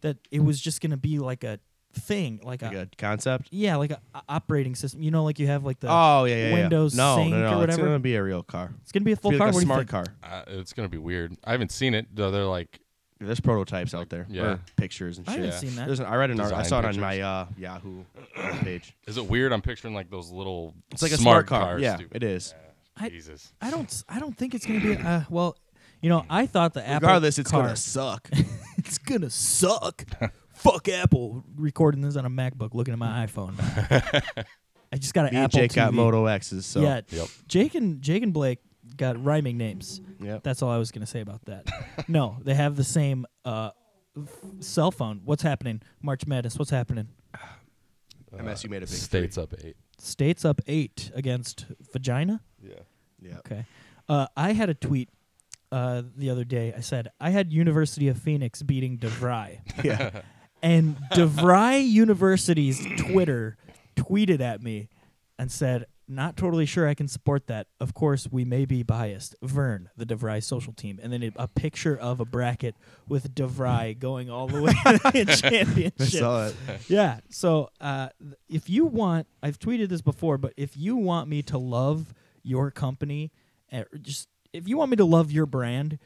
[SPEAKER 3] that it was just gonna be like a thing, like,
[SPEAKER 2] Like
[SPEAKER 3] a,
[SPEAKER 2] a concept.
[SPEAKER 3] yeah, like a o- operating system. You know, like you have like the
[SPEAKER 2] Oh yeah, yeah, yeah.
[SPEAKER 3] Windows
[SPEAKER 2] no,
[SPEAKER 3] sync
[SPEAKER 2] no,
[SPEAKER 3] or
[SPEAKER 2] no, It's
[SPEAKER 3] whatever.
[SPEAKER 2] gonna be a real car.
[SPEAKER 3] it's gonna be a full
[SPEAKER 2] Be
[SPEAKER 3] car.
[SPEAKER 2] like a
[SPEAKER 3] What do you
[SPEAKER 2] smart
[SPEAKER 3] think?
[SPEAKER 2] car.
[SPEAKER 4] Uh, it's gonna be weird. I haven't seen it though. They're like,
[SPEAKER 2] There's prototypes out there.
[SPEAKER 4] Yeah.
[SPEAKER 2] Or pictures and
[SPEAKER 3] I haven't
[SPEAKER 2] shit.
[SPEAKER 4] Yeah.
[SPEAKER 3] seen that.
[SPEAKER 2] There's an, I read an art, I
[SPEAKER 4] Design
[SPEAKER 2] saw it on
[SPEAKER 4] pictures.
[SPEAKER 2] my uh, Yahoo page.
[SPEAKER 4] is it weird? I'm picturing like those little.
[SPEAKER 2] It's like a smart
[SPEAKER 4] smart,
[SPEAKER 2] car.
[SPEAKER 4] cars,
[SPEAKER 2] yeah,
[SPEAKER 4] dude.
[SPEAKER 2] it is.
[SPEAKER 3] I-
[SPEAKER 4] Jesus.
[SPEAKER 3] I don't. s- I don't think it's gonna be. Uh, well, you know, I thought the Apple.
[SPEAKER 2] Regardless, it's
[SPEAKER 3] car,
[SPEAKER 2] gonna suck.
[SPEAKER 3] it's gonna suck. Fuck Apple. Recording this on a MacBook, looking at my iPhone. I just got an
[SPEAKER 2] Me and
[SPEAKER 3] Apple
[SPEAKER 2] Jake got
[SPEAKER 3] TV.
[SPEAKER 2] Moto X's, so
[SPEAKER 3] Yeah,
[SPEAKER 4] Yep.
[SPEAKER 3] Jake and Jake and Blake got rhyming names.
[SPEAKER 2] Yep.
[SPEAKER 3] That's all I was gonna say about that. no, they have the same uh, f- cell phone. What's happening? March Madness. What's happening?
[SPEAKER 4] Uh,
[SPEAKER 2] MSU made a big
[SPEAKER 4] States
[SPEAKER 2] three.
[SPEAKER 4] up eight.
[SPEAKER 3] States up eight against vagina.
[SPEAKER 4] Yeah.
[SPEAKER 2] Yeah.
[SPEAKER 3] Okay. Uh, I had a tweet uh, the other day. I said I had University of Phoenix beating DeVry,
[SPEAKER 2] Yeah.
[SPEAKER 3] and DeVry University's Twitter tweeted at me and said, "Not totally sure I can support that. Of course, we may be biased." Vern, the DeVry social team, and then it, a picture of a bracket with DeVry going all the way to the championship.
[SPEAKER 2] I saw it.
[SPEAKER 3] Yeah. So uh, th- if you want, I've tweeted this before, but if you want me to love your company, eh, or just if you want me to love your brand,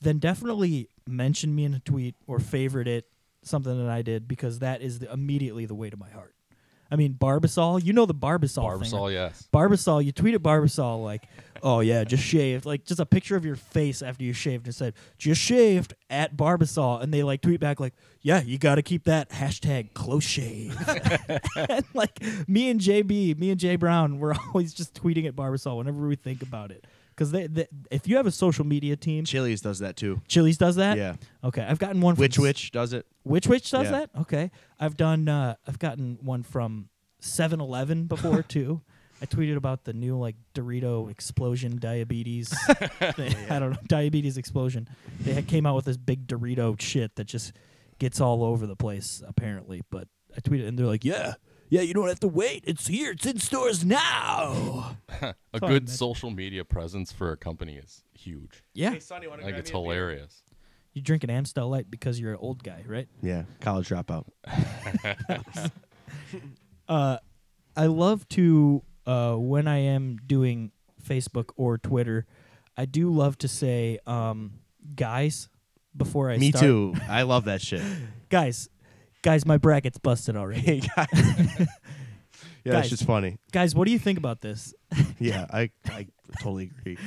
[SPEAKER 3] then definitely mention me in a tweet or favorite it, something that I did, because that is the, immediately the way to my heart. I mean, Barbasol, you know the Barbasol, thing.
[SPEAKER 4] Barbasol, yes.
[SPEAKER 3] Barbasol, you tweeted Barbasol like, oh yeah, just shaved, like just a picture of your face after you shaved and said, just shaved at Barbasol. And they like tweet back like, yeah, you got to keep that hashtag close shave. and, like me and JB, me and Jay Brown, we're always just tweeting at Barbasol whenever we think about it. Because they, they, if you have a social media team,
[SPEAKER 2] Chili's does that too.
[SPEAKER 3] Chili's does that.
[SPEAKER 2] Yeah.
[SPEAKER 3] Okay, I've gotten one. from
[SPEAKER 2] Which
[SPEAKER 3] S-
[SPEAKER 2] Witch does it.
[SPEAKER 3] Which Witch does
[SPEAKER 2] Yeah.
[SPEAKER 3] that? Okay. I've done uh I've gotten one from 7-Eleven before too. I tweeted about the new like Dorito explosion diabetes. thing. I don't know diabetes explosion. They had, came out with this big Dorito shit that just gets all over the place apparently. But I tweeted and they're like, yeah, yeah, you don't have to wait. It's here. It's in stores now.
[SPEAKER 4] A
[SPEAKER 3] Sorry,
[SPEAKER 4] good
[SPEAKER 3] Mitch.
[SPEAKER 4] social media presence for a company is huge.
[SPEAKER 3] yeah,
[SPEAKER 2] Sonny, want
[SPEAKER 4] I think it's hilarious.
[SPEAKER 3] you drink an Amstel Light because you're an old guy, right?
[SPEAKER 2] Yeah. College dropout.
[SPEAKER 3] Uh, I love to uh, when I am doing Facebook or Twitter, I do love to say um, guys before I
[SPEAKER 2] Me
[SPEAKER 3] start.
[SPEAKER 2] too. I love that shit.
[SPEAKER 3] Guys, guys, my bracket's busted already.
[SPEAKER 2] Hey guys. yeah,
[SPEAKER 3] Guys.
[SPEAKER 2] that's just funny.
[SPEAKER 3] guys, what do you think about this?
[SPEAKER 2] Yeah, I, I totally agree.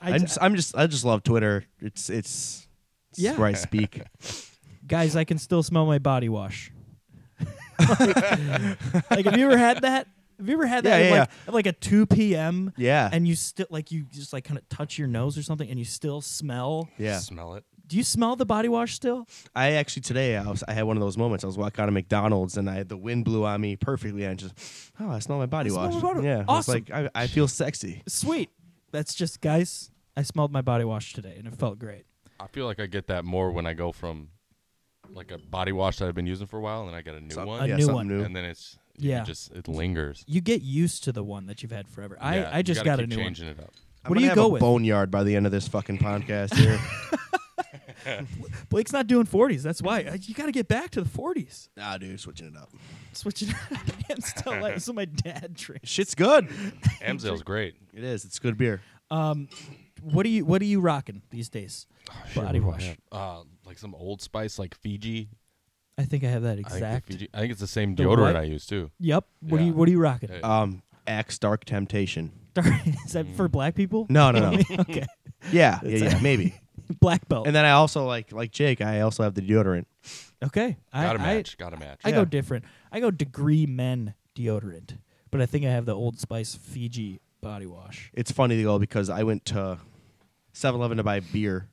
[SPEAKER 3] I
[SPEAKER 2] I'm
[SPEAKER 3] d-
[SPEAKER 2] just, I'm just I just love Twitter. It's it's, it's
[SPEAKER 3] Yeah.
[SPEAKER 2] where I speak.
[SPEAKER 3] guys, I can still smell my body wash. like, have you ever had that? Have you ever had that
[SPEAKER 2] Yeah,
[SPEAKER 3] at,
[SPEAKER 2] yeah,
[SPEAKER 3] like, at like a two p.m.
[SPEAKER 2] Yeah.
[SPEAKER 3] and you still like you just like kind of touch your nose or something and you still smell?
[SPEAKER 2] yeah.
[SPEAKER 4] Smell it.
[SPEAKER 3] Do you smell the body wash still?
[SPEAKER 2] I actually today I was I had one of those moments. I was walking out of McDonald's and I the wind blew on me perfectly and just oh I smell my body
[SPEAKER 3] I smell
[SPEAKER 2] wash.
[SPEAKER 3] my body-
[SPEAKER 2] Yeah.
[SPEAKER 3] Awesome.
[SPEAKER 2] It's like I, I feel sexy.
[SPEAKER 3] sweet. That's just guys. I smelled my body wash today and it felt great.
[SPEAKER 4] I feel like I get that more when I go from like a body wash that I've been using for a while and I get a new
[SPEAKER 2] Some-
[SPEAKER 4] one.
[SPEAKER 2] yeah,
[SPEAKER 3] new
[SPEAKER 2] something
[SPEAKER 3] one.
[SPEAKER 2] new.
[SPEAKER 4] And then it's you
[SPEAKER 3] Yeah.
[SPEAKER 4] just it lingers.
[SPEAKER 3] You get used to the one that you've had forever.
[SPEAKER 4] Yeah,
[SPEAKER 3] I, I
[SPEAKER 4] you
[SPEAKER 3] just got a
[SPEAKER 4] gotta keep
[SPEAKER 3] new one.
[SPEAKER 4] changing it up.
[SPEAKER 2] I'm
[SPEAKER 3] What do
[SPEAKER 2] gonna
[SPEAKER 3] you
[SPEAKER 2] have
[SPEAKER 3] go
[SPEAKER 2] a
[SPEAKER 3] with?
[SPEAKER 2] Boneyard by the end of this fucking podcast here.
[SPEAKER 3] Blake's not doing 40s. That's why Uh, you got to get back to the 40s.
[SPEAKER 2] nah, dude, switching it up.
[SPEAKER 3] Switching. I'm still like so my dad drinks.
[SPEAKER 2] Shit's good.
[SPEAKER 4] Amzel's great.
[SPEAKER 2] It is. It's good beer.
[SPEAKER 3] What do you What are you rocking these days?
[SPEAKER 4] Oh,
[SPEAKER 3] body wash.
[SPEAKER 4] Uh, like some old spice like Fiji.
[SPEAKER 3] I think I have that
[SPEAKER 4] I think, the
[SPEAKER 3] exact.
[SPEAKER 4] Fiji. I think it's the same
[SPEAKER 3] The
[SPEAKER 4] deodorant
[SPEAKER 3] what?
[SPEAKER 4] I use too.
[SPEAKER 3] Yep. What do you
[SPEAKER 4] Yeah.
[SPEAKER 3] What are you rocking?
[SPEAKER 4] Hey.
[SPEAKER 2] Um, Axe Dark Temptation.
[SPEAKER 3] Is that
[SPEAKER 4] Mm.
[SPEAKER 3] for black people?
[SPEAKER 2] No, no, no.
[SPEAKER 3] okay.
[SPEAKER 2] yeah, yeah, yeah, maybe.
[SPEAKER 3] Black belt.
[SPEAKER 2] And then I also like like Jake. I also have the deodorant.
[SPEAKER 3] okay. I,
[SPEAKER 4] Got to
[SPEAKER 3] I,
[SPEAKER 4] match. Got to match.
[SPEAKER 3] I go
[SPEAKER 2] Yeah.
[SPEAKER 3] different. I go degree men deodorant, but I think I have the Old Spice Fiji body wash.
[SPEAKER 2] It's funny though because I went to 7-Eleven to buy beer,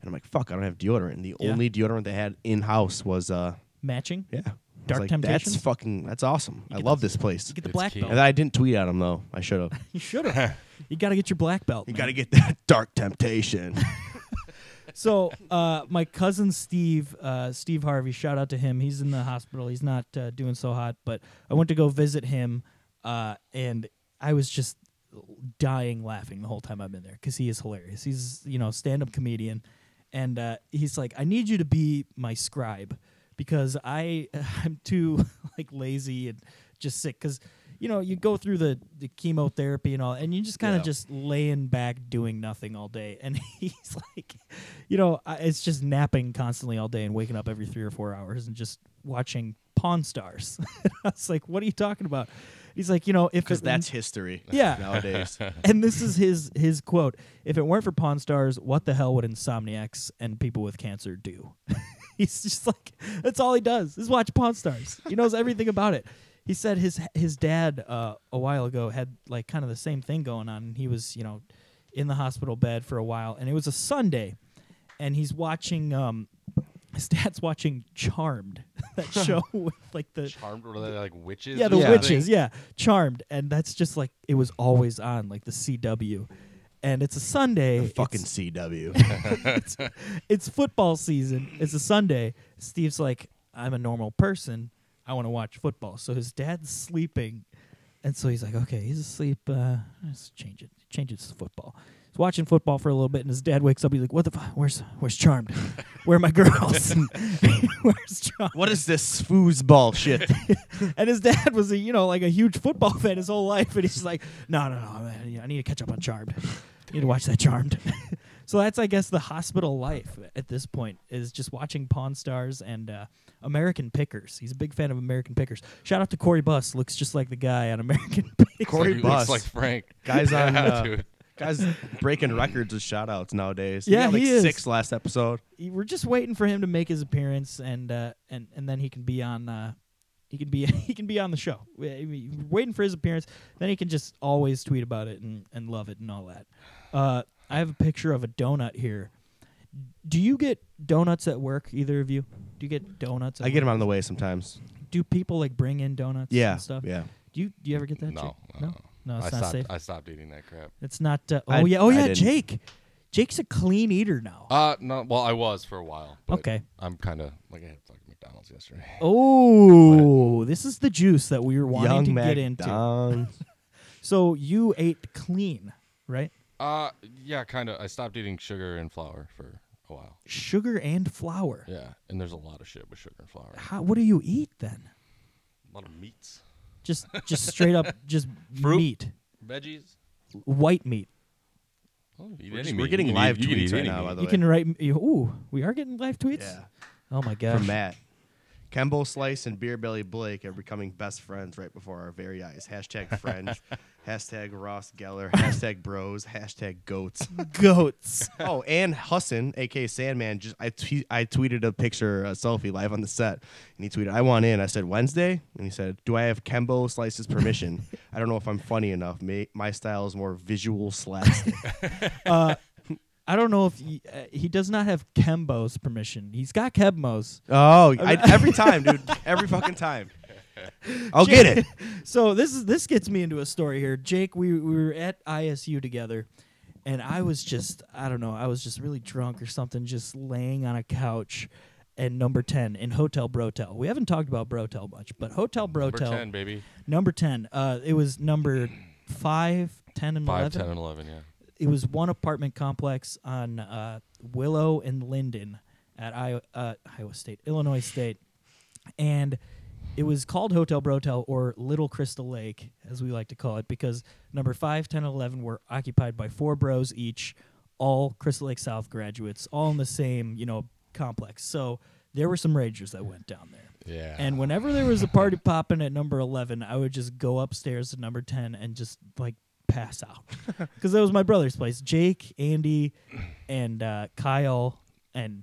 [SPEAKER 2] and I'm like, fuck, I don't have deodorant. And the
[SPEAKER 3] Yeah.
[SPEAKER 2] only deodorant they had in house was uh,
[SPEAKER 3] Matching?
[SPEAKER 2] yeah, I was
[SPEAKER 3] Dark
[SPEAKER 2] like,
[SPEAKER 3] Temptations?
[SPEAKER 2] That's fucking. That's awesome. I
[SPEAKER 3] get
[SPEAKER 2] love
[SPEAKER 3] the-
[SPEAKER 2] this place.
[SPEAKER 3] You get the
[SPEAKER 4] It's
[SPEAKER 3] black
[SPEAKER 4] key.
[SPEAKER 3] belt.
[SPEAKER 2] And I didn't tweet at him though. I should have.
[SPEAKER 3] you should have. you got to get your black belt.
[SPEAKER 2] you
[SPEAKER 3] man.
[SPEAKER 2] got to get that Dark Temptation.
[SPEAKER 3] So, uh, my cousin Steve, uh, Steve Harvey, shout out to him. He's in the hospital. He's not uh, doing so hot, but I went to go visit him, uh, and I was just dying laughing the whole time I'm in there because he is hilarious. He's you know stand up comedian, and uh, he's like, I need you to be my scribe because I I'm too like lazy and just sick because. You know, you go through the, the chemotherapy and all, and you just kind of
[SPEAKER 2] Yeah.
[SPEAKER 3] just just laying back doing nothing all day and he's like you know I, it's just napping constantly all day and waking up every three or four hours and just watching pawn stars i was like what are you talking about he's like you know if
[SPEAKER 2] Because
[SPEAKER 3] it,
[SPEAKER 2] that's history.
[SPEAKER 3] Yeah.
[SPEAKER 2] Nowadays.
[SPEAKER 3] and this is his his quote if it weren't for pawn stars what the hell would insomniacs and people with cancer do he's just like that's all he does is watch pawn stars he knows everything about it he said his his dad uh, a while ago had like kind of the same thing going on he was you know in the hospital bed for a while, and it was a Sunday, and he's watching. Um, his dad's watching Charmed, that show with like the
[SPEAKER 4] Charmed were they like witches?
[SPEAKER 3] yeah,
[SPEAKER 4] or
[SPEAKER 3] the
[SPEAKER 4] something?
[SPEAKER 3] witches. Yeah, Charmed, and that's just like it was always on, like the CW, and it's a Sunday. it's-
[SPEAKER 2] Fucking CW.
[SPEAKER 3] it's, it's football season. It's a Sunday. Steve's like, I'm a normal person. I want to watch football. So his dad's sleeping, and so he's like, okay, he's asleep. Uh, let's change it. Change it to football. He's watching football for a little bit, and his dad wakes up. He's like, what the? Fu- where's Where's Charmed? Where are my girls? where's Charmed?
[SPEAKER 2] what is this foosball shit?
[SPEAKER 3] And his dad was, a, you know, like a huge football fan his whole life, and he's like, "No, no, no, man, I need to catch up on Charmed. I need to watch that Charmed." so that's, I guess, the hospital life at this point is just watching Pawn Stars and uh, American Pickers. He's a big fan of American Pickers. Shout out to Corey Buss, looks just like the guy on American Pickers.
[SPEAKER 4] It's like
[SPEAKER 2] Corey
[SPEAKER 4] he looks
[SPEAKER 2] Buss.
[SPEAKER 4] like Frank.
[SPEAKER 2] Guys on
[SPEAKER 4] Yeah,
[SPEAKER 2] uh,
[SPEAKER 4] dude.
[SPEAKER 2] guys breaking records with shout outs nowadays.
[SPEAKER 3] Yeah,
[SPEAKER 2] he, got, like
[SPEAKER 3] he is.
[SPEAKER 2] six last episode.
[SPEAKER 3] We're just waiting for him to make his appearance, and uh, and and then he can be on. Uh, he can be he can be on the show. We- I mean, Waiting for his appearance, then he can just always tweet about it and, and love it and all that. Uh, I have a picture of a donut here. Do you get donuts at work? Either of you? Do you get donuts? At
[SPEAKER 2] I get them
[SPEAKER 3] work?
[SPEAKER 2] on the way sometimes.
[SPEAKER 3] Do people like bring in donuts?
[SPEAKER 2] Yeah,
[SPEAKER 3] And stuff.
[SPEAKER 2] yeah.
[SPEAKER 3] Do you do you ever get that?
[SPEAKER 4] No,
[SPEAKER 3] Jake?
[SPEAKER 4] no,
[SPEAKER 3] no, no. It's
[SPEAKER 4] I
[SPEAKER 3] not
[SPEAKER 4] stopped.
[SPEAKER 3] safe.
[SPEAKER 4] I stopped eating that crap.
[SPEAKER 3] it's not. Uh, oh
[SPEAKER 2] I-
[SPEAKER 3] yeah. Oh
[SPEAKER 2] I
[SPEAKER 3] yeah.
[SPEAKER 2] didn't.
[SPEAKER 3] Jake. Jake's a clean eater now.
[SPEAKER 4] Uh, no. Well, I was for a while. But
[SPEAKER 3] Okay.
[SPEAKER 4] I'm kind of like I had fucking McDonald's yesterday.
[SPEAKER 3] Oh, this is the juice that we were wanting
[SPEAKER 2] Young
[SPEAKER 3] to
[SPEAKER 2] Mac
[SPEAKER 3] get into.
[SPEAKER 2] Dons.
[SPEAKER 3] So you ate clean, right?
[SPEAKER 4] Uh, yeah, kind of. I stopped eating sugar and flour for a while.
[SPEAKER 3] Sugar and flour.
[SPEAKER 4] Yeah, and there's a lot of shit with sugar and flour.
[SPEAKER 3] How, what do you eat then?
[SPEAKER 4] A lot of meats,
[SPEAKER 3] Just just straight up just
[SPEAKER 4] Fruit?
[SPEAKER 3] meat,
[SPEAKER 4] veggies.
[SPEAKER 3] white meat.
[SPEAKER 4] Oh, eat
[SPEAKER 2] We're
[SPEAKER 4] any
[SPEAKER 2] just-
[SPEAKER 4] meat.
[SPEAKER 2] we're
[SPEAKER 4] You
[SPEAKER 2] getting
[SPEAKER 4] can eat-
[SPEAKER 2] live
[SPEAKER 4] you can
[SPEAKER 2] tweets
[SPEAKER 4] eat
[SPEAKER 2] right
[SPEAKER 4] any
[SPEAKER 2] now, by
[SPEAKER 4] meat.
[SPEAKER 2] the
[SPEAKER 3] You
[SPEAKER 2] way.
[SPEAKER 3] can write. you- Ooh, we are getting live tweets.
[SPEAKER 2] Yeah.
[SPEAKER 3] Oh my gosh.
[SPEAKER 2] From Matt. Cambo Slice and Beer Belly Blake are becoming best friends right before our very eyes. Hashtag French. hashtag Ross Geller. Hashtag bros. Hashtag goats.
[SPEAKER 3] Goats.
[SPEAKER 2] oh, and Hussin, aka Sandman, just I t- I tweeted a picture, a selfie live on the set, and he tweeted, "I want in." I said Wednesday, and he said, "Do I have Kembo Slice's permission?" I don't know if I'm funny enough. May- my style is more visual slapstick.
[SPEAKER 3] I don't know if he, uh, he does not have Kembo's permission. He's got Kembo's.
[SPEAKER 2] oh, I, every time, dude, every fucking time. I'll get it.
[SPEAKER 3] so this is this gets me into a story here. Jake, we, we were at ISU together, and I was just I don't know I was just really drunk or something, just laying on a couch. And number ten in Hotel Brotel. We haven't talked about Brotel much, but Hotel
[SPEAKER 4] Number
[SPEAKER 3] Brotel
[SPEAKER 4] ten, baby.
[SPEAKER 3] number 10, Uh, it was number five, ten, and
[SPEAKER 4] Five,
[SPEAKER 3] eleven.
[SPEAKER 4] ten, and eleven. Yeah.
[SPEAKER 3] It was one apartment complex on uh, Willow and Linden at Iowa, uh, Iowa State, Illinois State, and it was called Hotel Brotel or Little Crystal Lake, as we like to call it, because number five, ten, and 11 were occupied by four bros each, all Crystal Lake South graduates, all in the same, you know, complex. So there were some Rangers that went down there.
[SPEAKER 4] Yeah.
[SPEAKER 3] And whenever there was a party popping at number 11, I would just go upstairs to number 10 and just like pass out. Because that was my brother's place. Jake, Andy, and uh, Kyle, and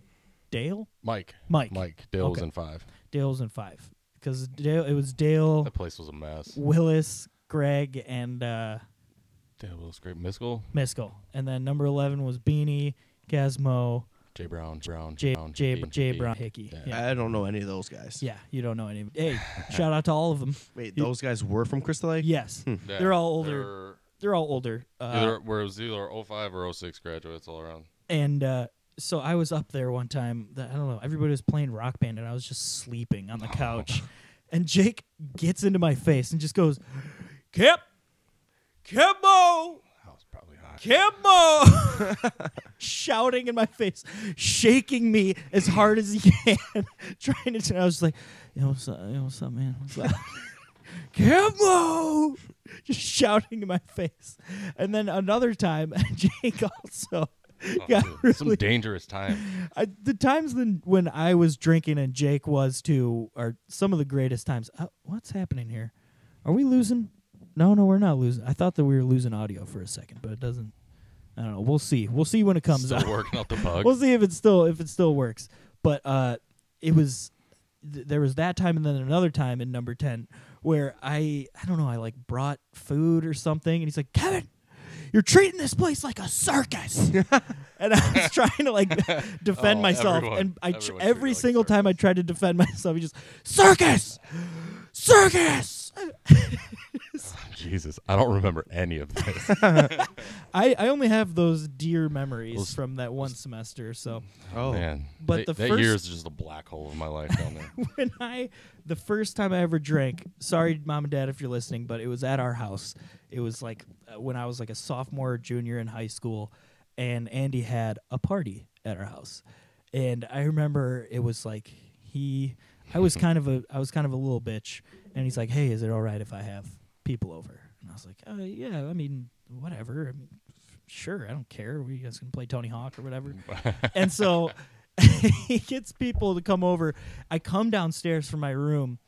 [SPEAKER 3] Dale?
[SPEAKER 4] Mike.
[SPEAKER 3] Mike.
[SPEAKER 4] Mike. Dale was
[SPEAKER 3] Okay.
[SPEAKER 4] in five.
[SPEAKER 3] Dale was in five. Because Dale, it was Dale,
[SPEAKER 4] That place was a mess.
[SPEAKER 3] Willis, Greg, and uh,
[SPEAKER 4] Dale was great. Miskel.
[SPEAKER 3] Miskel. And then number 11 was Beanie, Gazmo,
[SPEAKER 4] J Brown. Brown.
[SPEAKER 3] J,
[SPEAKER 4] Brown,
[SPEAKER 3] J,
[SPEAKER 4] Dean,
[SPEAKER 3] J
[SPEAKER 4] Dean.
[SPEAKER 3] Brown Hickey.
[SPEAKER 4] Yeah.
[SPEAKER 3] Yeah.
[SPEAKER 2] I don't know any of those guys.
[SPEAKER 3] yeah, you don't know any of Hey, shout out to all of them.
[SPEAKER 2] Wait, those guys were from Crystal Lake.
[SPEAKER 3] Yes.
[SPEAKER 4] Yeah,
[SPEAKER 3] They're all older. They're all older. Uh,
[SPEAKER 4] They're, either, where it was either 05 or 06 graduates all around.
[SPEAKER 3] and uh, so I was up there one time. That, I don't know. Everybody was playing Rock Band, and I was just sleeping on the couch. and Jake gets into my face and just goes, "Kip, Kimbo,
[SPEAKER 4] That was probably hot.
[SPEAKER 3] Kimbo," shouting in my face, shaking me as hard as he can, trying to. I was like, "Yo, what's up? Yo, what's up, man? What's up?" Kimbo! Just shouting in my face. And then another time, Jake also got really
[SPEAKER 4] Oh, Some dangerous time.
[SPEAKER 3] I, the times then when I was drinking and Jake was too are some of the greatest times. Uh, what's happening here? Are we losing? No, no, we're not losing. I thought that we were losing audio for a second, but it doesn't. I don't know. We'll see. We'll see when it comes
[SPEAKER 4] Still
[SPEAKER 3] out.
[SPEAKER 4] working out the bug.
[SPEAKER 3] We'll see if it still if it still works. But uh, it was th- there was that time and then another time in number ten where I I don't know I like brought food or something and he's like Kevin, you're treating this place like a circus. and I was trying to like defend
[SPEAKER 4] Oh,
[SPEAKER 3] myself,
[SPEAKER 4] everyone-
[SPEAKER 3] and I tr-
[SPEAKER 4] everyone treated
[SPEAKER 3] every
[SPEAKER 4] like
[SPEAKER 3] single
[SPEAKER 4] circus.
[SPEAKER 3] time I tried to defend myself, he just circus, circus.
[SPEAKER 4] Jesus, I don't remember any of this.
[SPEAKER 3] I, I only have those dear memories
[SPEAKER 4] Those-
[SPEAKER 3] from that one semester. So
[SPEAKER 2] Oh,
[SPEAKER 4] Man,
[SPEAKER 3] But
[SPEAKER 4] Th-
[SPEAKER 3] the
[SPEAKER 4] that
[SPEAKER 3] first-
[SPEAKER 4] year is just a black hole of my life down there.
[SPEAKER 3] when I the first time I ever drank, sorry mom and dad if you're listening, but it was at our house. It was like uh, when I was like a sophomore or junior in high school and Andy had a party at our house. And I remember it was like he I was kind of a I was kind of a little bitch and he's like, "Hey, is it all right if I have people over?" And I was like, "Uh yeah, I mean, whatever. I mean, sure, I don't care. We guys can play Tony Hawk or whatever." and so he gets people to come over. I come downstairs from my room,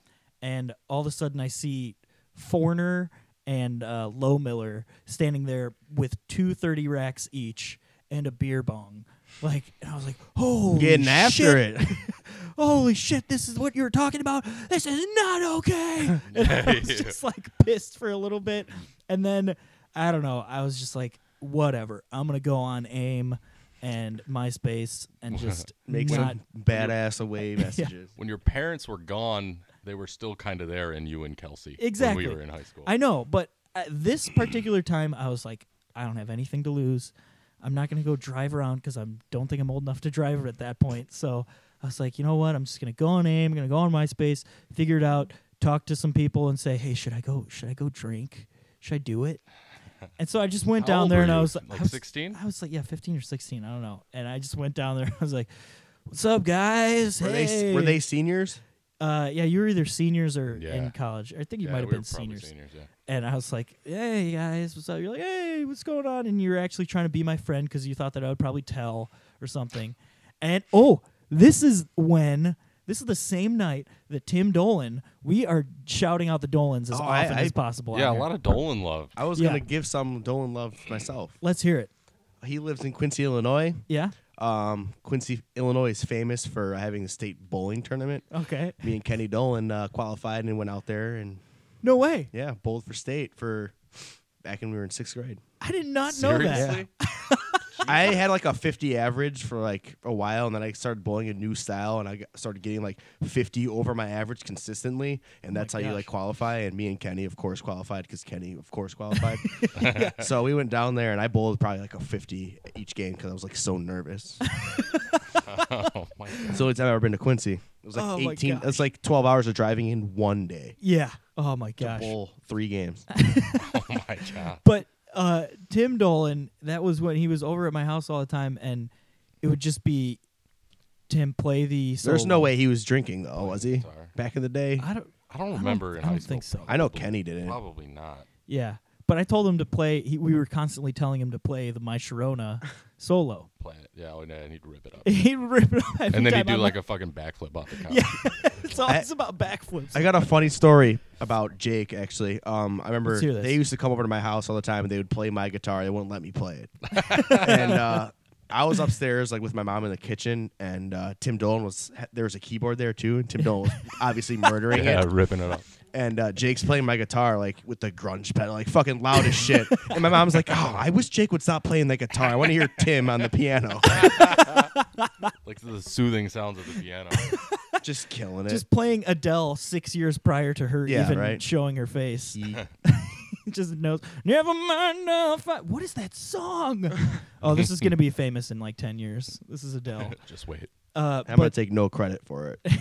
[SPEAKER 3] and all of a sudden I see Forner and uh, Low Miller standing there with two thirty racks each and a beer bong. Like, and I was like, "Holy
[SPEAKER 2] getting after
[SPEAKER 3] shit,
[SPEAKER 2] it.
[SPEAKER 3] holy shit, this is what you were talking about. This is not okay. And I was just like pissed for a little bit. And then I don't know, I was just like, whatever. I'm gonna go on AIM and MySpace and just
[SPEAKER 2] Make
[SPEAKER 3] not
[SPEAKER 2] some badass away messages.
[SPEAKER 4] when your parents were gone, they were still kind of there, and you and Kelsey.
[SPEAKER 3] Exactly.
[SPEAKER 4] When we were in high school.
[SPEAKER 3] I know, but at this particular time, I was like, I don't have anything to lose. I'm not going to go drive around because I don't think I'm old enough to drive at that point. So I was like, you know what? I'm just going to go on AIM. I'm going to go on MySpace, figure it out, talk to some people, and say, hey, should I go? Should I go drink? Should I do it? And so I just went
[SPEAKER 4] How
[SPEAKER 3] down
[SPEAKER 4] old
[SPEAKER 3] there
[SPEAKER 4] were
[SPEAKER 3] and I
[SPEAKER 4] you?
[SPEAKER 3] was
[SPEAKER 4] Like
[SPEAKER 3] I was-
[SPEAKER 4] 16?
[SPEAKER 3] I was like, yeah, 15 or 16. I don't know. And I just went down there. I was like, what's up, guys?
[SPEAKER 2] Were
[SPEAKER 3] hey.
[SPEAKER 2] they were they seniors?
[SPEAKER 3] Uh, yeah, you were either seniors or
[SPEAKER 4] Yeah.
[SPEAKER 3] in college. I think you
[SPEAKER 4] Yeah,
[SPEAKER 3] might have
[SPEAKER 4] we
[SPEAKER 3] been
[SPEAKER 4] were probably
[SPEAKER 3] seniors
[SPEAKER 4] seniors. Yeah.
[SPEAKER 3] and I was like, "Hey guys, what's up?" You're like, "Hey, what's going on?" And you're actually trying to be my friend because you thought that I would probably tell or something. And oh, this is when this is the same night that Tim Dolan. We are shouting out the Dolans as
[SPEAKER 2] Oh, I-
[SPEAKER 3] often
[SPEAKER 2] I-
[SPEAKER 3] as possible.
[SPEAKER 4] yeah,
[SPEAKER 3] on
[SPEAKER 4] a
[SPEAKER 3] here.
[SPEAKER 4] lot of Dolan love.
[SPEAKER 2] I was
[SPEAKER 3] Yeah.
[SPEAKER 2] gonna give some Dolan love myself.
[SPEAKER 3] Let's hear it.
[SPEAKER 2] He lives in Quincy, Illinois.
[SPEAKER 3] Yeah.
[SPEAKER 2] Um, Quincy, Illinois is famous for having the state bowling tournament.
[SPEAKER 3] Okay.
[SPEAKER 2] Me and Kenny Dolan uh, qualified and went out there and
[SPEAKER 3] No way.
[SPEAKER 2] yeah, bowled for state for back when we were in sixth grade.
[SPEAKER 3] I did not know that.
[SPEAKER 4] Seriously?
[SPEAKER 2] I had like a 50 average for like a while, and then I started bowling a new style, and I got- started getting like 50 over my average consistently, and that's how you
[SPEAKER 3] Oh gosh.
[SPEAKER 2] like qualify. And me and Kenny, of course, qualified because Kenny, of course, qualified. So we went down there, and I bowled probably like a 50 each game because I was like so nervous.
[SPEAKER 4] oh my god.
[SPEAKER 2] It's the only time I've ever been to Quincy. It was like
[SPEAKER 3] Oh my
[SPEAKER 2] 18.
[SPEAKER 3] gosh.
[SPEAKER 2] It's like 12 hours of driving in one day.
[SPEAKER 3] Yeah. Oh my gosh.
[SPEAKER 2] Bowl three games.
[SPEAKER 4] Oh my god.
[SPEAKER 3] But uh, Tim Dolan, that was when he was over at my house all the time, and it would just be Tim play the.
[SPEAKER 2] There's
[SPEAKER 3] solo.
[SPEAKER 2] no way he was drinking though, was he?
[SPEAKER 4] Sorry.
[SPEAKER 2] Back in the day,
[SPEAKER 3] I don't.
[SPEAKER 4] I don't remember. in
[SPEAKER 3] I
[SPEAKER 4] high
[SPEAKER 3] don't
[SPEAKER 4] school,
[SPEAKER 3] think so.
[SPEAKER 2] I know
[SPEAKER 4] probably-
[SPEAKER 2] Kenny didn't.
[SPEAKER 4] Probably not.
[SPEAKER 3] Yeah, but I told him to play. He, we were constantly telling him to play the My Sharona solo.
[SPEAKER 4] Play it. Yeah, oh, yeah, and he'd rip it up.
[SPEAKER 3] He'd rip it off every
[SPEAKER 4] and then
[SPEAKER 3] time
[SPEAKER 4] he'd do
[SPEAKER 3] I'm
[SPEAKER 4] like a fucking backflip off the couch.
[SPEAKER 3] it's always about backflips.
[SPEAKER 2] I got a funny story about Jake. Actually, um, I remember
[SPEAKER 3] Let's hear this.
[SPEAKER 2] they used to come over to my house all the time, and they would play my guitar. They wouldn't let me play it, and uh, I was upstairs like with my mom in the kitchen, and uh, Tim Dolan was there was a keyboard there too, and Tim Dolan was obviously murdering
[SPEAKER 4] Yeah,
[SPEAKER 2] it,
[SPEAKER 4] ripping it up.
[SPEAKER 2] and uh, Jake's playing my guitar like with the grunge pedal, like fucking loud as shit, and my mom's like, "Oh, I wish Jake would stop playing that guitar. I want to hear Tim on the piano,
[SPEAKER 4] Like the soothing sounds of the piano.
[SPEAKER 2] just killing it."
[SPEAKER 3] Just playing Adele six years prior to her
[SPEAKER 2] Yeah,
[SPEAKER 3] even
[SPEAKER 2] right.
[SPEAKER 3] showing her face.
[SPEAKER 2] He-
[SPEAKER 3] Just knows. Never mind. I'll fi-" What is that song? oh, this is gonna be famous in like ten years. This is Adele.
[SPEAKER 4] Just wait.
[SPEAKER 3] Uh,
[SPEAKER 2] I'm gonna
[SPEAKER 3] but
[SPEAKER 2] take no credit for it.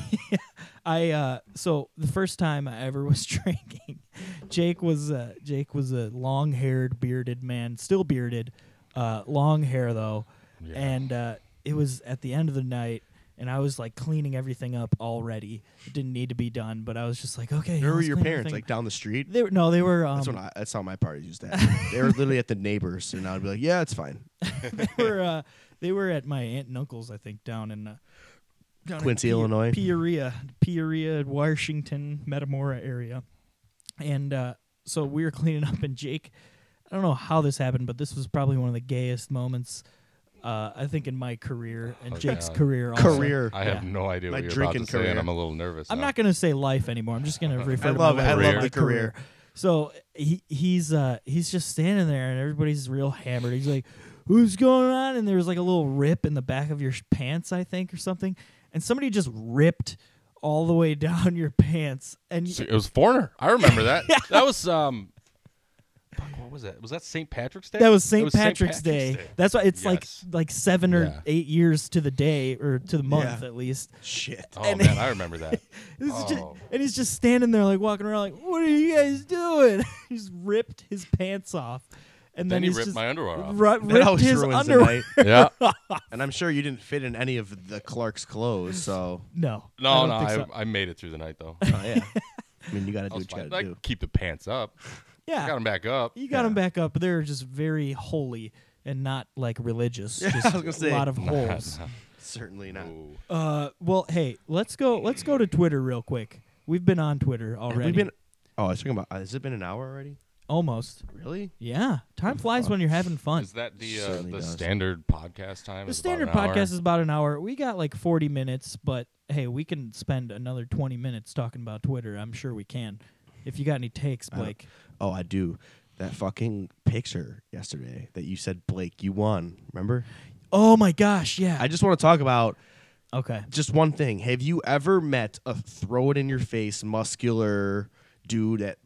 [SPEAKER 3] I uh, so the first time I ever was drinking, Jake was uh, Jake was a long-haired, bearded man, still bearded, uh, long hair though,
[SPEAKER 4] Yeah.
[SPEAKER 3] and uh, it was at the end of the night, and I was like cleaning everything up already. It didn't need to be done, but I was just like, okay.
[SPEAKER 2] Where were
[SPEAKER 3] let's
[SPEAKER 2] your
[SPEAKER 3] clean
[SPEAKER 2] parents?
[SPEAKER 3] everything.
[SPEAKER 2] Like down the street?
[SPEAKER 3] They were no, they were um,
[SPEAKER 2] That's when I, that's how my parties used to happen. they were literally at the neighbors, and I'd be like, "Yeah, it's fine."
[SPEAKER 3] they were uh, they were at my aunt and uncle's, I think, down in. Uh, down in
[SPEAKER 2] Quincy,
[SPEAKER 3] Pe-
[SPEAKER 2] Illinois.
[SPEAKER 3] Peoria, Peoria, Washington, Metamora area, and uh, so we were cleaning up, and Jake, I don't know how this happened, but this was probably one of the gayest moments, uh, I think, in my career and
[SPEAKER 4] Oh,
[SPEAKER 3] Jake's
[SPEAKER 4] God.
[SPEAKER 3] career. Also.
[SPEAKER 2] Career.
[SPEAKER 4] I have
[SPEAKER 3] Yeah.
[SPEAKER 4] no idea
[SPEAKER 2] My
[SPEAKER 4] what you're about to
[SPEAKER 2] drinking
[SPEAKER 4] say, and
[SPEAKER 2] career.
[SPEAKER 4] I'm a little nervous.
[SPEAKER 3] I'm
[SPEAKER 4] now.
[SPEAKER 3] not gonna say life anymore. I'm just gonna refer
[SPEAKER 2] I
[SPEAKER 3] to
[SPEAKER 2] love-
[SPEAKER 3] my
[SPEAKER 2] I
[SPEAKER 3] life
[SPEAKER 4] love
[SPEAKER 3] as
[SPEAKER 4] the
[SPEAKER 3] my
[SPEAKER 2] career.
[SPEAKER 3] So he he's uh he's just standing there and everybody's real hammered. He's like, "Who's going on?" And there was like a little rip in the back of your sh- pants, I think, or something. And somebody just ripped all the way down your pants. And
[SPEAKER 4] It was Foreigner. I remember that. That was um. Fuck, what was that? Was that St. Patrick's Day?
[SPEAKER 3] that was
[SPEAKER 4] It
[SPEAKER 3] St. Patrick's, Day. That's why it's
[SPEAKER 4] Yes.
[SPEAKER 3] like like 7 or
[SPEAKER 4] Yeah.
[SPEAKER 3] 8 years to the day or to the month
[SPEAKER 2] Yeah.
[SPEAKER 3] at least.
[SPEAKER 2] Shit.
[SPEAKER 4] Oh man, I remember that.
[SPEAKER 3] This is just,
[SPEAKER 4] Oh.
[SPEAKER 3] and he's just standing there, like walking around, like, "What are you guys doing?" he's ripped his pants off, and then,
[SPEAKER 4] Then he
[SPEAKER 3] he's
[SPEAKER 4] ripped
[SPEAKER 3] just
[SPEAKER 4] my underwear off.
[SPEAKER 3] ru-
[SPEAKER 2] That
[SPEAKER 3] ripped
[SPEAKER 2] always
[SPEAKER 3] his
[SPEAKER 2] ruins the
[SPEAKER 3] underwear.
[SPEAKER 2] night.
[SPEAKER 4] yeah.
[SPEAKER 2] And I'm sure you didn't fit in any of the Clark's clothes, so
[SPEAKER 3] No, I
[SPEAKER 4] No,
[SPEAKER 3] don't
[SPEAKER 4] no,
[SPEAKER 3] think
[SPEAKER 4] I,
[SPEAKER 3] so.
[SPEAKER 4] I, made it through the night though.
[SPEAKER 2] oh, yeah. I mean, you gotta
[SPEAKER 4] I
[SPEAKER 2] do
[SPEAKER 4] was
[SPEAKER 2] what you
[SPEAKER 4] fine.
[SPEAKER 2] gotta
[SPEAKER 4] I
[SPEAKER 2] do.
[SPEAKER 4] keep the pants up.
[SPEAKER 3] yeah,
[SPEAKER 4] I got them back up.
[SPEAKER 3] you got him back up. They're just very holy and not like religious. just
[SPEAKER 2] I was gonna say.
[SPEAKER 3] a lot of
[SPEAKER 4] Nah,
[SPEAKER 3] holes.
[SPEAKER 4] nah.
[SPEAKER 2] Certainly not.
[SPEAKER 4] Ooh.
[SPEAKER 3] Uh, well, hey, let's go. Let's go to Twitter real quick. We've been on Twitter
[SPEAKER 2] Have
[SPEAKER 3] already.
[SPEAKER 2] we been? Oh, I was talking about. Has it been an hour already?
[SPEAKER 3] almost.
[SPEAKER 2] Really?
[SPEAKER 3] Yeah, time flies when you're having fun.
[SPEAKER 4] Is that the uh,
[SPEAKER 2] Certainly
[SPEAKER 4] the
[SPEAKER 2] does.
[SPEAKER 4] standard podcast time?
[SPEAKER 3] The
[SPEAKER 4] is about an
[SPEAKER 3] standard podcast
[SPEAKER 4] hour?
[SPEAKER 3] is about an hour. We got like 40 minutes, but hey, we can spend another 20 minutes talking about Twitter. I'm sure we can. If you got any takes,
[SPEAKER 2] don't-
[SPEAKER 3] Blake.
[SPEAKER 2] Oh, I do. That fucking picture yesterday that you said, Blake, you won. Remember?
[SPEAKER 3] Oh my gosh, yeah.
[SPEAKER 2] I just want to talk about
[SPEAKER 3] okay.
[SPEAKER 2] just one thing. Have you ever met a throw it in your face muscular dude that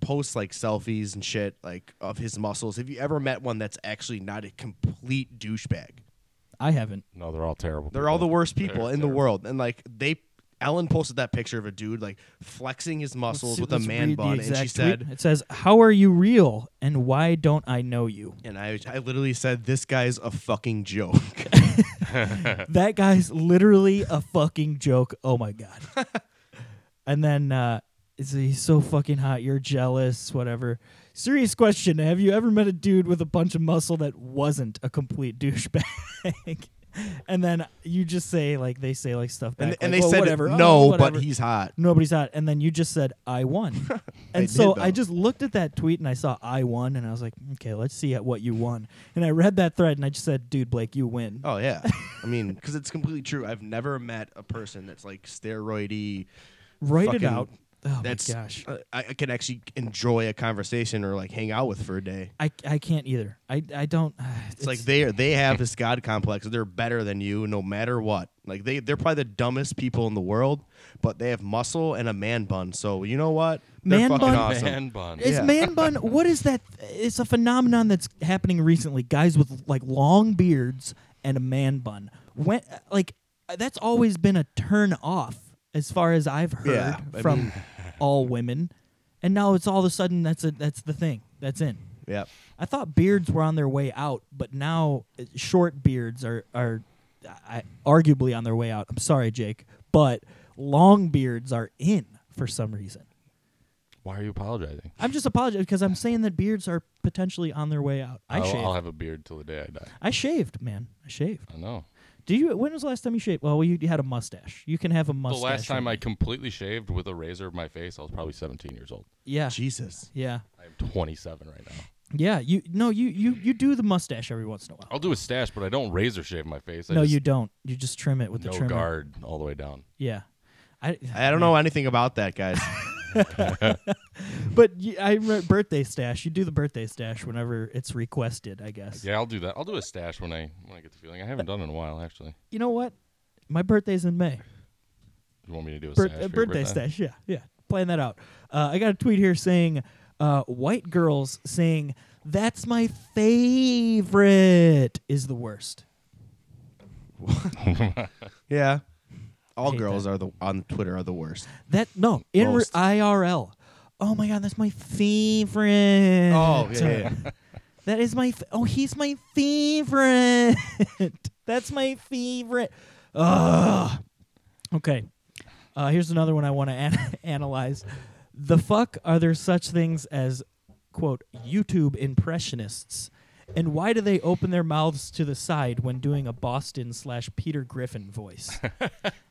[SPEAKER 2] posts like selfies and shit like of his muscles? Have you ever met one that's actually not a complete douchebag?
[SPEAKER 3] I haven't.
[SPEAKER 4] No, they're all terrible.
[SPEAKER 2] They're all the
[SPEAKER 4] people.
[SPEAKER 2] worst people
[SPEAKER 4] They're
[SPEAKER 2] in the
[SPEAKER 4] terrible.
[SPEAKER 2] world, and like they. Ellen posted that picture of a dude like flexing his muscles
[SPEAKER 3] Let's see-
[SPEAKER 2] with a
[SPEAKER 3] let's
[SPEAKER 2] man
[SPEAKER 3] read the
[SPEAKER 2] bun, and she
[SPEAKER 3] exact
[SPEAKER 2] said,
[SPEAKER 3] tweet. It says, How are you real and why don't I know you?
[SPEAKER 2] and I, I literally said, this guy's a fucking joke.
[SPEAKER 3] that guy's literally a fucking joke. Oh my god. and then uh it's, he's so fucking hot. You're jealous, whatever. Serious question: Have you ever met a dude with a bunch of muscle that wasn't a complete douchebag? and then you just say like they say like stuff back,
[SPEAKER 2] and, and
[SPEAKER 3] like,
[SPEAKER 2] they
[SPEAKER 3] "Well,
[SPEAKER 2] said,
[SPEAKER 3] whatever. Oh,
[SPEAKER 2] no, but
[SPEAKER 3] whatever."
[SPEAKER 2] he's hot.
[SPEAKER 3] nobody's hot. And then you just said I won.
[SPEAKER 2] I
[SPEAKER 3] and so
[SPEAKER 2] did,
[SPEAKER 3] I
[SPEAKER 2] though.
[SPEAKER 3] just looked at that tweet and I saw I won, and I was like, okay, let's see at what you won. And I read that thread and I just said, dude, Blake, you win.
[SPEAKER 2] Oh yeah, I mean, because it's completely true. I've never met a person that's like steroidy.
[SPEAKER 3] Write it
[SPEAKER 2] fucking-
[SPEAKER 3] out. Oh
[SPEAKER 2] That's
[SPEAKER 3] my gosh.
[SPEAKER 2] uh, I, I can actually enjoy a conversation or like hang out with for a day.
[SPEAKER 3] I, I can't either. I, I don't. uh,
[SPEAKER 2] It's, like they are, they have this god complex. They're better than you no matter what. Like they they're probably the dumbest people in the world, but they have muscle and a man bun. So you know what? They're
[SPEAKER 3] Man
[SPEAKER 2] fucking
[SPEAKER 3] bun?
[SPEAKER 2] awesome.
[SPEAKER 4] Man bun.
[SPEAKER 3] Is
[SPEAKER 2] Yeah.
[SPEAKER 3] man bun? What is that? It's a phenomenon that's happening recently. Guys with like long beards and a man bun. When like that's always been a turn off as far as I've heard
[SPEAKER 2] Yeah, I
[SPEAKER 3] from
[SPEAKER 2] mean-
[SPEAKER 3] all women, and now it's all of a sudden that's a that's the thing that's in.
[SPEAKER 2] Yep.
[SPEAKER 3] I thought beards were on their way out, but now uh, short beards are are I, arguably on their way out. I'm sorry, Jake, but long beards are in for some reason.
[SPEAKER 4] Why are you apologizing?
[SPEAKER 3] I'm just apologizing because I'm saying that beards are potentially on their way out. I
[SPEAKER 4] will
[SPEAKER 3] shaved.
[SPEAKER 4] have a beard till the day I die.
[SPEAKER 3] I shaved, man. I shaved.
[SPEAKER 4] I know.
[SPEAKER 3] Do you? When was the last time you shaved? Well, you had a mustache. You can have a mustache.
[SPEAKER 4] the last time
[SPEAKER 3] on-
[SPEAKER 4] I completely shaved with a razor of my face, I was probably 17 years old.
[SPEAKER 3] Yeah.
[SPEAKER 2] Jesus.
[SPEAKER 3] Yeah.
[SPEAKER 4] I'm 27 right now.
[SPEAKER 3] Yeah. You. No. You. You. You do the mustache every once in a while.
[SPEAKER 4] I'll do a stash, but I don't razor shave my face. I
[SPEAKER 3] no,
[SPEAKER 4] just
[SPEAKER 3] you don't. You just trim it with the
[SPEAKER 4] no
[SPEAKER 3] trimmer.
[SPEAKER 4] guard all the way down.
[SPEAKER 3] Yeah. I.
[SPEAKER 2] I don't know anything about that, guys.
[SPEAKER 3] But you, I re- birthday stash. You do the birthday stash whenever it's requested. I guess.
[SPEAKER 4] Yeah, I'll do that. I'll do a stash when I when I get the feeling. I haven't done it in a while actually.
[SPEAKER 3] You know what? My birthday's in May.
[SPEAKER 4] You want me to do a
[SPEAKER 3] Bir- uh,
[SPEAKER 4] stash? for your
[SPEAKER 3] birthday stash. Yeah, yeah. Plan that out. Uh, I got a tweet here saying, uh, "White girls saying that's my favorite is the worst."
[SPEAKER 2] yeah. All
[SPEAKER 3] hate
[SPEAKER 2] girls are the on Twitter are the worst.
[SPEAKER 3] That no in re-
[SPEAKER 2] Most.
[SPEAKER 3] IRL. Oh my god, that's my favorite.
[SPEAKER 2] Oh, yeah,
[SPEAKER 3] that is my. F- oh, he's my favorite. that's my favorite. Ugh. Okay. Uh, here's another one I want to an- analyze. The fuck are there such things as, quote, YouTube impressionists? And why do they open their mouths to the side when doing a Boston slash Peter Griffin voice?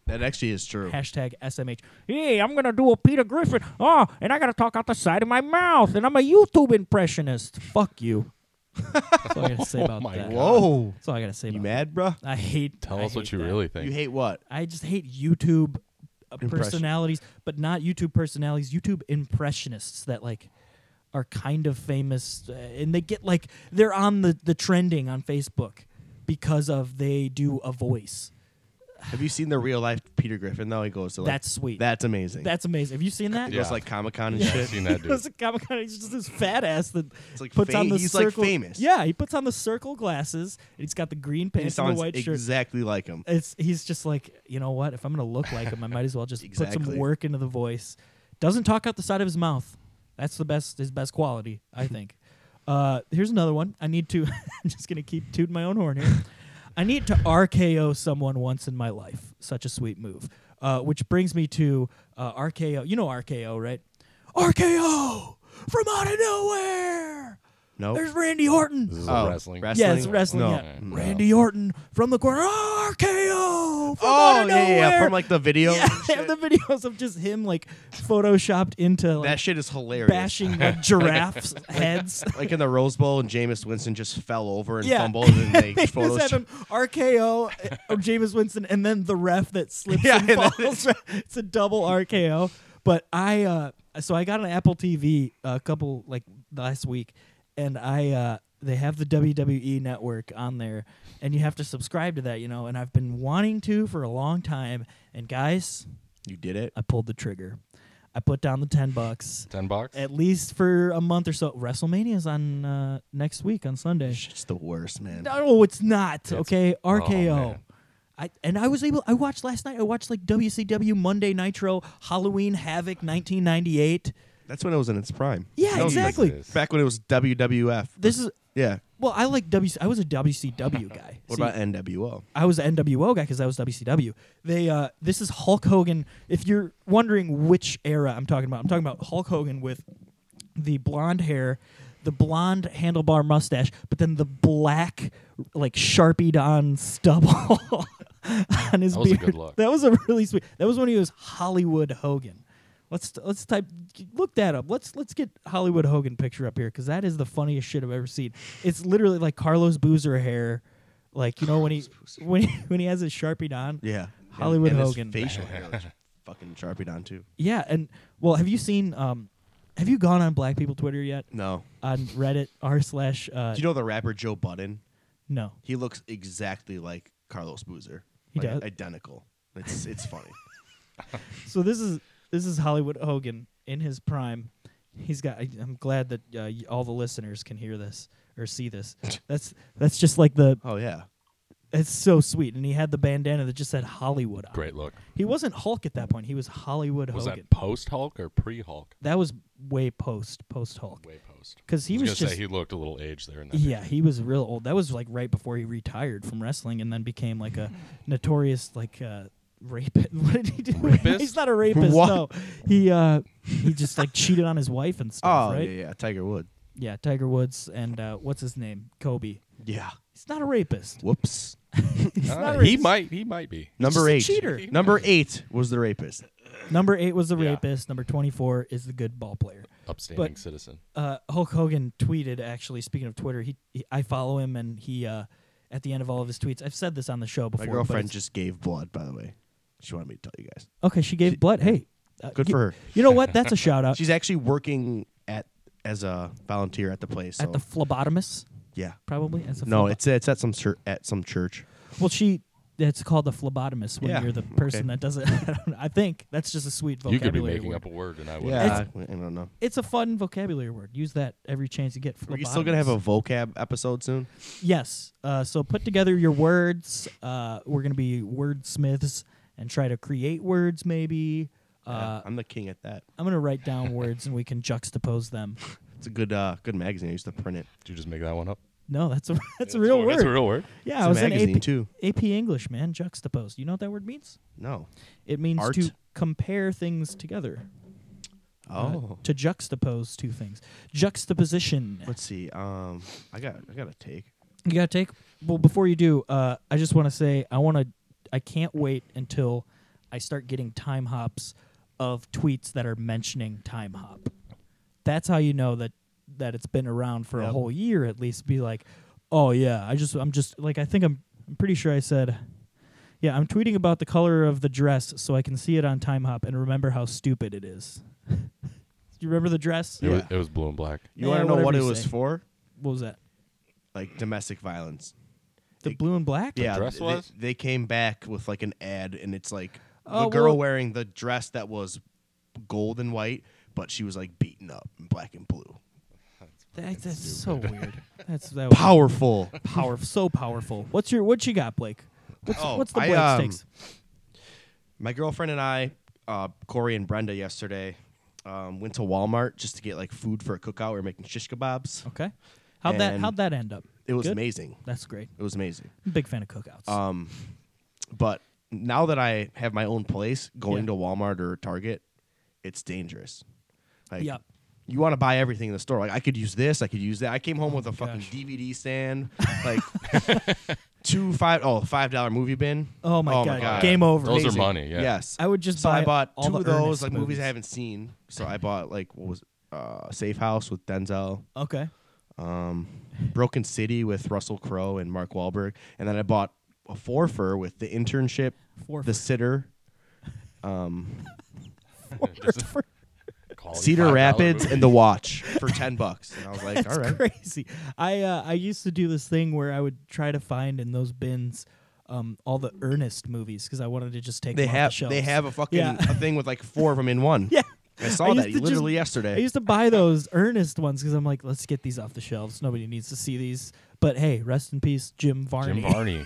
[SPEAKER 2] That actually is true.
[SPEAKER 3] Hashtag SMH. Hey, I'm going to do a Peter Griffin. Oh, and I got to talk out the side of my mouth. And I'm a YouTube impressionist. Fuck you. That's all I got to say about
[SPEAKER 4] Oh my
[SPEAKER 3] that.
[SPEAKER 4] God.
[SPEAKER 2] Whoa.
[SPEAKER 3] That's all I got to say
[SPEAKER 2] You
[SPEAKER 3] about
[SPEAKER 2] mad, bruh?
[SPEAKER 3] that. I hate
[SPEAKER 4] Tell
[SPEAKER 3] I
[SPEAKER 4] us what
[SPEAKER 3] hate
[SPEAKER 4] you
[SPEAKER 3] that.
[SPEAKER 4] really think.
[SPEAKER 2] You hate what?
[SPEAKER 3] I just hate YouTube uh,
[SPEAKER 2] Impression.
[SPEAKER 3] personalities, but not YouTube personalities, YouTube impressionists that like are kind of famous, uh, and they get like they're on the the trending on Facebook because of they do a voice.
[SPEAKER 2] Have you seen the real life Peter Griffin though? He goes to like
[SPEAKER 3] That's sweet.
[SPEAKER 2] That's amazing.
[SPEAKER 3] That's amazing. Have you seen that?
[SPEAKER 2] he goes
[SPEAKER 4] Yeah.
[SPEAKER 2] to, like Comic Con and
[SPEAKER 4] Yeah, I've
[SPEAKER 2] shit.
[SPEAKER 4] seen that
[SPEAKER 3] He goes
[SPEAKER 4] dude.
[SPEAKER 3] to Comic Con. He's just this fat ass that
[SPEAKER 2] It's like
[SPEAKER 3] puts
[SPEAKER 2] fame-
[SPEAKER 3] on the
[SPEAKER 2] he's, like,
[SPEAKER 3] circle.
[SPEAKER 2] famous.
[SPEAKER 3] Yeah, he puts on the circle glasses. And he's got the green
[SPEAKER 2] He
[SPEAKER 3] pants and the
[SPEAKER 2] sounds
[SPEAKER 3] white shirt.
[SPEAKER 2] exactly like him.
[SPEAKER 3] It's he's just like you know what? If I'm gonna look like him, I might as well just put some
[SPEAKER 2] Exactly.
[SPEAKER 3] work into the voice. Doesn't talk out the side of his mouth. That's the best his best quality, I think. uh, here's another one. I need to. I'm just gonna keep tooting my own horn here. I need to RKO someone once in my life. Such a sweet move. Uh, which brings me to uh, RKO. You know RKO, right? RKO from out of nowhere.
[SPEAKER 2] No.
[SPEAKER 3] There's Randy Orton.
[SPEAKER 4] This is
[SPEAKER 2] Oh,
[SPEAKER 4] a wrestling.
[SPEAKER 2] wrestling?
[SPEAKER 3] Yeah, it's wrestling.
[SPEAKER 2] No.
[SPEAKER 3] Yeah.
[SPEAKER 4] No.
[SPEAKER 3] Randy Orton from the oh, corner. RKO. From
[SPEAKER 2] Oh
[SPEAKER 3] outta
[SPEAKER 2] yeah, yeah, yeah,
[SPEAKER 3] nowhere.
[SPEAKER 2] from like the video.
[SPEAKER 3] Yeah, they have the videos of just him like photoshopped into like
[SPEAKER 2] That shit is hilarious.
[SPEAKER 3] bashing like giraffes' heads.
[SPEAKER 2] Like in the Rose Bowl, and Jameis Winston just fell over and
[SPEAKER 3] Yeah.
[SPEAKER 2] fumbled, and they,
[SPEAKER 3] They
[SPEAKER 2] photos.
[SPEAKER 3] just have him RKO uh, or Jameis Winston, and then the ref that slips
[SPEAKER 2] Yeah,
[SPEAKER 3] and
[SPEAKER 2] and then
[SPEAKER 3] falls. it's a double RKO. But I, uh, so I got an Apple TV a couple like last week, and I uh, they have the WWE Network on there, and you have to subscribe to that, you know. And I've been wanting to for a long time. And guys,
[SPEAKER 2] You did it.
[SPEAKER 3] I pulled the trigger. I put down the ten bucks.
[SPEAKER 4] Ten bucks.
[SPEAKER 3] At least for a month or so. WrestleMania's on uh, next week on Sunday.
[SPEAKER 2] It's the worst, man.
[SPEAKER 3] No, it's not.
[SPEAKER 4] It's- oh,
[SPEAKER 3] okay, RKO.
[SPEAKER 4] man.
[SPEAKER 3] I, and I was able. I watched last night. I watched like WCW Monday Nitro, Halloween Havoc, 1998.
[SPEAKER 2] That's when it was in its prime.
[SPEAKER 3] Yeah,
[SPEAKER 4] No,
[SPEAKER 3] exactly.
[SPEAKER 4] this is-
[SPEAKER 2] Back when it was WWF.
[SPEAKER 3] This is
[SPEAKER 2] Yeah.
[SPEAKER 3] well. I like W. I was a WCW guy.
[SPEAKER 2] What
[SPEAKER 3] See,
[SPEAKER 2] about NWO?
[SPEAKER 3] I was an NWO guy because I was WCW. They uh, this is Hulk Hogan. If you're wondering which era I'm talking about, I'm talking about Hulk Hogan with the blonde hair, the blonde handlebar mustache, but then the black like sharpied on stubble on his
[SPEAKER 4] That was a
[SPEAKER 3] beard.
[SPEAKER 4] good look.
[SPEAKER 3] That was a really sweet. That was when he was Hollywood Hogan. Let's let's type look that up. Let's let's get Hollywood Hogan picture up here because that is the funniest shit I've ever seen. It's literally like Carlos Boozer hair, like you know when he when he, when he has his sharpie on.
[SPEAKER 2] Yeah.
[SPEAKER 3] Hollywood
[SPEAKER 2] and, and
[SPEAKER 3] Hogan.
[SPEAKER 2] His facial hair was fucking sharpie on too.
[SPEAKER 3] Yeah, and well, have you seen? Um, have you gone on Black People Twitter yet?
[SPEAKER 2] No.
[SPEAKER 3] On Reddit r slash uh,
[SPEAKER 2] Do you know the rapper Joe Budden?
[SPEAKER 3] no.
[SPEAKER 2] He looks exactly like Carlos Boozer.
[SPEAKER 3] He
[SPEAKER 2] Like,
[SPEAKER 3] does?
[SPEAKER 2] Identical. It's it's funny.
[SPEAKER 3] So this is this is Hollywood Hogan in his prime. He's got. I, I'm glad that uh, y- all the listeners can hear this or see this. That's that's just like the.
[SPEAKER 2] Oh yeah.
[SPEAKER 3] It's so sweet, and he had the bandana that just said Hollywood. on it.
[SPEAKER 4] Great look.
[SPEAKER 3] He wasn't Hulk at that point. He was Hollywood
[SPEAKER 4] Was
[SPEAKER 3] Hogan.
[SPEAKER 4] that post Hulk or pre Hulk?
[SPEAKER 3] That was way post post Hulk
[SPEAKER 4] Way post.
[SPEAKER 3] because he
[SPEAKER 4] I
[SPEAKER 3] was,
[SPEAKER 4] gonna
[SPEAKER 3] just
[SPEAKER 4] say he looked a little aged there. In that
[SPEAKER 3] yeah
[SPEAKER 4] picture.
[SPEAKER 3] he was real old. That was like right before he retired from wrestling and then became like a notorious like uh, rapist. What did he do?
[SPEAKER 4] Rapist?
[SPEAKER 3] He's not a rapist.
[SPEAKER 2] What?
[SPEAKER 3] No, he uh, he just like cheated on his wife and stuff.
[SPEAKER 2] Oh
[SPEAKER 3] right?
[SPEAKER 2] yeah, yeah. Tiger Wood.
[SPEAKER 3] Yeah, Tiger Woods and uh, what's his name? Kobe.
[SPEAKER 2] Yeah.
[SPEAKER 3] He's not a rapist.
[SPEAKER 2] Whoops.
[SPEAKER 3] He's
[SPEAKER 2] Uh,
[SPEAKER 4] Ah,
[SPEAKER 3] not a
[SPEAKER 4] he
[SPEAKER 3] rapist.
[SPEAKER 4] might. He might be.
[SPEAKER 2] Number
[SPEAKER 3] a
[SPEAKER 2] eight.
[SPEAKER 3] cheater.
[SPEAKER 2] Number eight was the rapist.
[SPEAKER 3] Number eight was the
[SPEAKER 4] Yeah.
[SPEAKER 3] rapist. Number twenty-four is the good ball player.
[SPEAKER 4] Upstanding
[SPEAKER 3] But-
[SPEAKER 4] citizen.
[SPEAKER 3] uh, Hulk Hogan tweeted actually. Speaking of Twitter, he, he I follow him and he uh, at the end of all of his tweets. I've said this on the show
[SPEAKER 2] My
[SPEAKER 3] before. but
[SPEAKER 2] girlfriend
[SPEAKER 3] it's-
[SPEAKER 2] just gave blood, by the way. She wanted me to tell you guys.
[SPEAKER 3] okay, she gave blood. Hey, uh,
[SPEAKER 2] Good
[SPEAKER 3] you,
[SPEAKER 2] for her.
[SPEAKER 3] You know what? That's a shout out
[SPEAKER 2] uh, She's actually working at as a volunteer at the place. So.
[SPEAKER 3] at the phlebotomist.
[SPEAKER 2] yeah.
[SPEAKER 3] Probably as a
[SPEAKER 2] No,
[SPEAKER 3] phlebo-
[SPEAKER 2] it's it's at some church at some church.
[SPEAKER 3] well she. It's called the phlebotomist when
[SPEAKER 2] Yeah,
[SPEAKER 3] you're the person
[SPEAKER 2] okay.
[SPEAKER 3] that does it. I, don't know. I think that's just a sweet
[SPEAKER 4] You could
[SPEAKER 3] vocabulary
[SPEAKER 4] be making
[SPEAKER 3] word.
[SPEAKER 4] up a word, and I would.
[SPEAKER 2] Yeah, I I don't know.
[SPEAKER 3] it's a fun vocabulary word. Use that every chance you get.
[SPEAKER 2] Are you still gonna have a vocab episode soon?
[SPEAKER 3] Yes. Uh, so put together your words. Uh, we're going to be wordsmiths and try to create words, maybe. Uh,
[SPEAKER 2] Yeah, I'm the king at that.
[SPEAKER 3] I'm going to write down words and we can juxtapose them.
[SPEAKER 2] It's a good uh, good magazine. I used to print it.
[SPEAKER 4] Did you just make that one up?
[SPEAKER 3] No, that's a, that's a real word.
[SPEAKER 4] That's a real word.
[SPEAKER 3] yeah,
[SPEAKER 2] It's
[SPEAKER 3] I
[SPEAKER 2] a
[SPEAKER 3] was in
[SPEAKER 2] magazine
[SPEAKER 3] AP,
[SPEAKER 2] too.
[SPEAKER 3] AP English, man. Juxtapose. You know what that word means?
[SPEAKER 2] No.
[SPEAKER 3] It means
[SPEAKER 2] Art?
[SPEAKER 3] to compare things together. uh,
[SPEAKER 2] Oh.
[SPEAKER 3] to juxtapose two things. Juxtaposition.
[SPEAKER 2] Let's see. Um, I got I got a take.
[SPEAKER 3] You gotta take. Well, before you do, uh, I just want to say I want to. I can't wait until I start getting time hops of tweets that are mentioning time hop. That's how you know that that it's been around for a
[SPEAKER 2] Yep.
[SPEAKER 3] whole year at least. Be like, oh yeah, I just I'm just like I think I'm I'm pretty sure I said, yeah, I'm tweeting about the color of the dress so I can see it on time hop and remember how stupid it is. You remember the dress?
[SPEAKER 4] It, was,
[SPEAKER 2] Yeah.
[SPEAKER 4] it was blue and black.
[SPEAKER 2] You
[SPEAKER 3] Yeah,
[SPEAKER 2] want to know
[SPEAKER 3] whatever
[SPEAKER 2] what it
[SPEAKER 3] you
[SPEAKER 2] was
[SPEAKER 3] say.
[SPEAKER 2] for?
[SPEAKER 3] What was that?
[SPEAKER 2] Like domestic violence.
[SPEAKER 3] The
[SPEAKER 2] It-
[SPEAKER 3] blue and black.
[SPEAKER 2] yeah,
[SPEAKER 4] dress
[SPEAKER 2] they,
[SPEAKER 4] was?
[SPEAKER 2] they came back with like an ad, and it's like
[SPEAKER 3] Oh,
[SPEAKER 2] the girl
[SPEAKER 3] well-
[SPEAKER 2] wearing the dress that was gold and white, but she was like beaten up in black and blue.
[SPEAKER 3] That, that's so weird. That's that was
[SPEAKER 2] Powerful.
[SPEAKER 3] power, so powerful. What's your what you got, Blake? What's,
[SPEAKER 2] Oh,
[SPEAKER 3] what's the
[SPEAKER 2] I,
[SPEAKER 3] Blake
[SPEAKER 2] um,
[SPEAKER 3] stakes?
[SPEAKER 2] My girlfriend and I, uh, Corey and Brenda, yesterday um, went to Walmart just to get like food for a cookout. We were making shish kebabs.
[SPEAKER 3] Okay, how'd that
[SPEAKER 2] and
[SPEAKER 3] how'd that end up?
[SPEAKER 2] It was
[SPEAKER 3] Good?
[SPEAKER 2] amazing.
[SPEAKER 3] That's great.
[SPEAKER 2] It was amazing.
[SPEAKER 3] I'm a big fan of cookouts.
[SPEAKER 2] Um, but now that I have my own place, going
[SPEAKER 3] Yeah.
[SPEAKER 2] to Walmart or Target, it's dangerous. Like,
[SPEAKER 3] Yep.
[SPEAKER 2] You want to buy everything in the store. Like I could use this, I could use that. I came home with a fucking
[SPEAKER 3] Oh gosh.
[SPEAKER 2] DVD stand, like two five oh five dollar movie bin.
[SPEAKER 3] oh my, god. game over.
[SPEAKER 4] Those are
[SPEAKER 2] Amazing.
[SPEAKER 4] money, yeah.
[SPEAKER 2] Yes.
[SPEAKER 3] I would just
[SPEAKER 2] so
[SPEAKER 3] buy
[SPEAKER 2] I bought
[SPEAKER 3] all
[SPEAKER 2] two
[SPEAKER 3] the
[SPEAKER 2] of those
[SPEAKER 3] Ernest
[SPEAKER 2] like
[SPEAKER 3] movies. Mm-hmm.
[SPEAKER 2] movies I haven't seen. So I bought like what was it? uh Safe House with Denzel,
[SPEAKER 3] Okay,
[SPEAKER 2] um, Broken City with Russell Crowe and Mark Wahlberg, and then I bought a forfer with the internship,
[SPEAKER 3] four.
[SPEAKER 2] the sitter, um,
[SPEAKER 4] Just a quality
[SPEAKER 2] Cedar
[SPEAKER 4] $5
[SPEAKER 2] Rapids,
[SPEAKER 4] movie.
[SPEAKER 2] and the watch for ten bucks. And I was like,
[SPEAKER 3] That's
[SPEAKER 2] all right,
[SPEAKER 3] crazy. I uh, I used to do this thing where I would try to find in those bins um, all the Ernest movies because I wanted to just take
[SPEAKER 2] they
[SPEAKER 3] them off
[SPEAKER 2] have they
[SPEAKER 3] the shelves.
[SPEAKER 2] have a fucking
[SPEAKER 3] Yeah.
[SPEAKER 2] a thing with like four of them in one.
[SPEAKER 3] yeah.
[SPEAKER 2] I
[SPEAKER 3] I
[SPEAKER 2] saw
[SPEAKER 3] used
[SPEAKER 2] that
[SPEAKER 3] to just-
[SPEAKER 2] literally
[SPEAKER 3] I
[SPEAKER 2] yesterday.
[SPEAKER 3] used to buy those Ernest ones because I'm like, let's get these off the shelves. Nobody needs to see these. But hey, rest in peace, Jim Varney.
[SPEAKER 4] Jim Varney.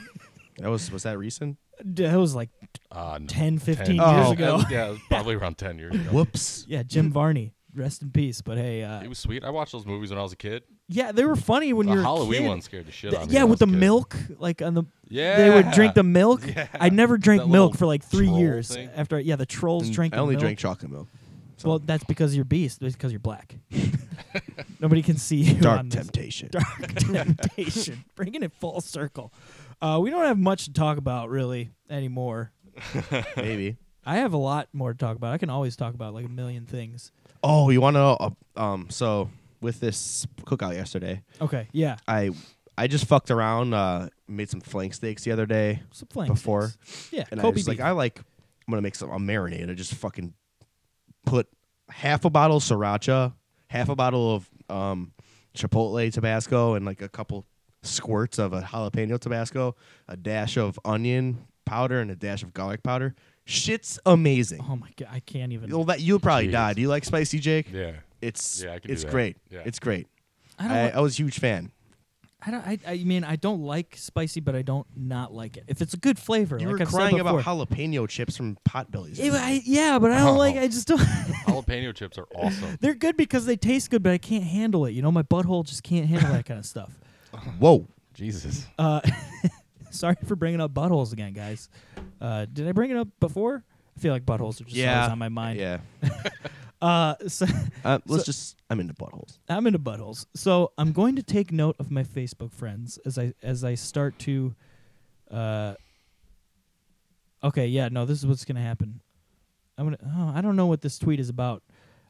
[SPEAKER 2] that was was that recent?
[SPEAKER 3] that was like
[SPEAKER 4] Uh, no,
[SPEAKER 3] 10, 15
[SPEAKER 2] Oh.
[SPEAKER 3] years
[SPEAKER 2] Oh.
[SPEAKER 3] ago.
[SPEAKER 4] Yeah, it was probably around 10 years ago.
[SPEAKER 2] Whoops.
[SPEAKER 3] Yeah, Jim Varney. Rest in peace. But hey, uh,
[SPEAKER 4] He was sweet. I watched those movies when I was a kid.
[SPEAKER 3] yeah, they were funny when
[SPEAKER 4] The
[SPEAKER 3] you were a
[SPEAKER 4] Halloween
[SPEAKER 3] kid.
[SPEAKER 4] one scared the shit
[SPEAKER 3] Th-
[SPEAKER 4] out of me.
[SPEAKER 3] yeah,
[SPEAKER 4] when I
[SPEAKER 3] with the
[SPEAKER 4] was a kid.
[SPEAKER 3] milk, like on the
[SPEAKER 4] Yeah.
[SPEAKER 3] they would drink the milk. I never drank
[SPEAKER 4] That
[SPEAKER 3] milk
[SPEAKER 4] little
[SPEAKER 3] for like three
[SPEAKER 4] troll
[SPEAKER 3] years
[SPEAKER 4] thing.
[SPEAKER 3] after. Yeah, the trolls
[SPEAKER 4] Mm,
[SPEAKER 3] drank.
[SPEAKER 2] I
[SPEAKER 3] the
[SPEAKER 2] only
[SPEAKER 3] milk.
[SPEAKER 2] drank chocolate milk. so-
[SPEAKER 3] Well, that's because you're beast. That's because you're black. Nobody can see you on
[SPEAKER 2] Dark
[SPEAKER 3] this.
[SPEAKER 2] temptation.
[SPEAKER 3] Dark temptation, bringing it full circle. Uh, we don't have much to talk about really anymore.
[SPEAKER 2] Maybe.
[SPEAKER 3] I have a lot more to talk about. I can always talk about like a million things.
[SPEAKER 2] Oh, you want to know? Uh, um, so with this cookout yesterday,
[SPEAKER 3] Okay, yeah.
[SPEAKER 2] I I just fucked around, uh, made some flank steaks the other day,
[SPEAKER 3] Some flank
[SPEAKER 2] Before,
[SPEAKER 3] steaks. yeah,
[SPEAKER 2] and I
[SPEAKER 3] Kobe
[SPEAKER 2] was like,
[SPEAKER 3] beef.
[SPEAKER 2] I like, I'm gonna make some a marinade. I just fucking put half a bottle of sriracha, half a bottle of um, chipotle Tabasco, and like a couple squirts of a jalapeno Tabasco, a dash of onion powder, and a dash of garlic powder. Shit's amazing.
[SPEAKER 3] oh my god, I can't even.
[SPEAKER 2] You'll, that, you'll probably
[SPEAKER 4] Jeez.
[SPEAKER 2] die. Do you like spicy, Jake?
[SPEAKER 4] Yeah.
[SPEAKER 2] It's
[SPEAKER 4] Yeah, I could do
[SPEAKER 2] it's
[SPEAKER 4] that.
[SPEAKER 2] great.
[SPEAKER 4] Yeah.
[SPEAKER 2] It's great.
[SPEAKER 3] I don't.
[SPEAKER 2] I,
[SPEAKER 3] want-
[SPEAKER 2] I was a huge fan.
[SPEAKER 3] I don't. I, I mean, I don't like spicy, but I don't not like it. If it's a good flavor,
[SPEAKER 2] You
[SPEAKER 3] like
[SPEAKER 2] were
[SPEAKER 3] I've
[SPEAKER 2] crying
[SPEAKER 3] said
[SPEAKER 2] about
[SPEAKER 3] before.
[SPEAKER 2] jalapeno chips from Potbellies.
[SPEAKER 3] Yeah, but I- yeah, but I don't
[SPEAKER 4] Oh.
[SPEAKER 3] like. I just don't.
[SPEAKER 4] Jalapeno chips are awesome.
[SPEAKER 3] They're good because they taste good, but I can't handle it. You know, my butthole just can't handle that kind of stuff.
[SPEAKER 2] Whoa.
[SPEAKER 4] Jesus.
[SPEAKER 3] Uh, sorry for bringing up buttholes again, guys. Uh, did I bring it up before? I feel like buttholes are just always on my mind.
[SPEAKER 2] Yeah.
[SPEAKER 3] Uh, so
[SPEAKER 2] Uh, let's just. I'm into buttholes.
[SPEAKER 3] I'm into buttholes. So I'm going to take note of my Facebook friends as I as I start to. Uh, okay, yeah, no, this is what's gonna happen. I'm gonna. Oh, I don't know what this tweet is about.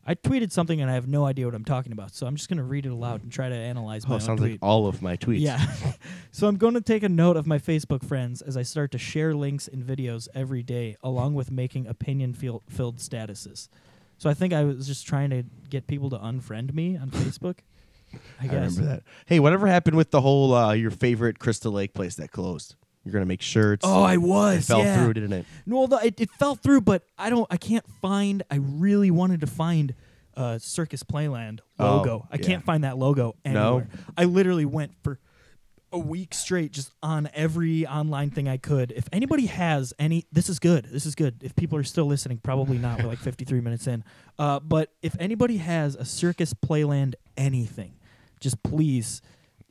[SPEAKER 3] I tweeted something and I have no idea what I'm talking about, so I'm just gonna read it aloud and try to analyze
[SPEAKER 2] Oh,
[SPEAKER 3] my own
[SPEAKER 2] sounds
[SPEAKER 3] tweet.
[SPEAKER 2] like all of my tweets.
[SPEAKER 3] Yeah. so I'm going to take a note of my Facebook friends as I start to share links and videos every day, along with making opinion fil- filled statuses. So I think I was just trying to get people to unfriend me on Facebook. I
[SPEAKER 2] I
[SPEAKER 3] guess.
[SPEAKER 2] remember that. Hey, whatever happened with the whole uh, your favorite Crystal Lake place that closed? You're gonna make sure it's
[SPEAKER 3] Oh, I was.
[SPEAKER 2] it fell
[SPEAKER 3] yeah.
[SPEAKER 2] through, didn't it?
[SPEAKER 3] No, although it, it fell through, but I don't. I can't find. I really wanted to find uh, Circus Playland
[SPEAKER 2] Oh,
[SPEAKER 3] logo. I
[SPEAKER 2] yeah.
[SPEAKER 3] can't find that logo
[SPEAKER 2] No?
[SPEAKER 3] anywhere. I literally went for a week straight, just on every online thing I could. If anybody has any, this is good. This is good. If people are still listening, probably not. We're like 53 minutes in. Uh, but if anybody has a Circus Playland anything, just please.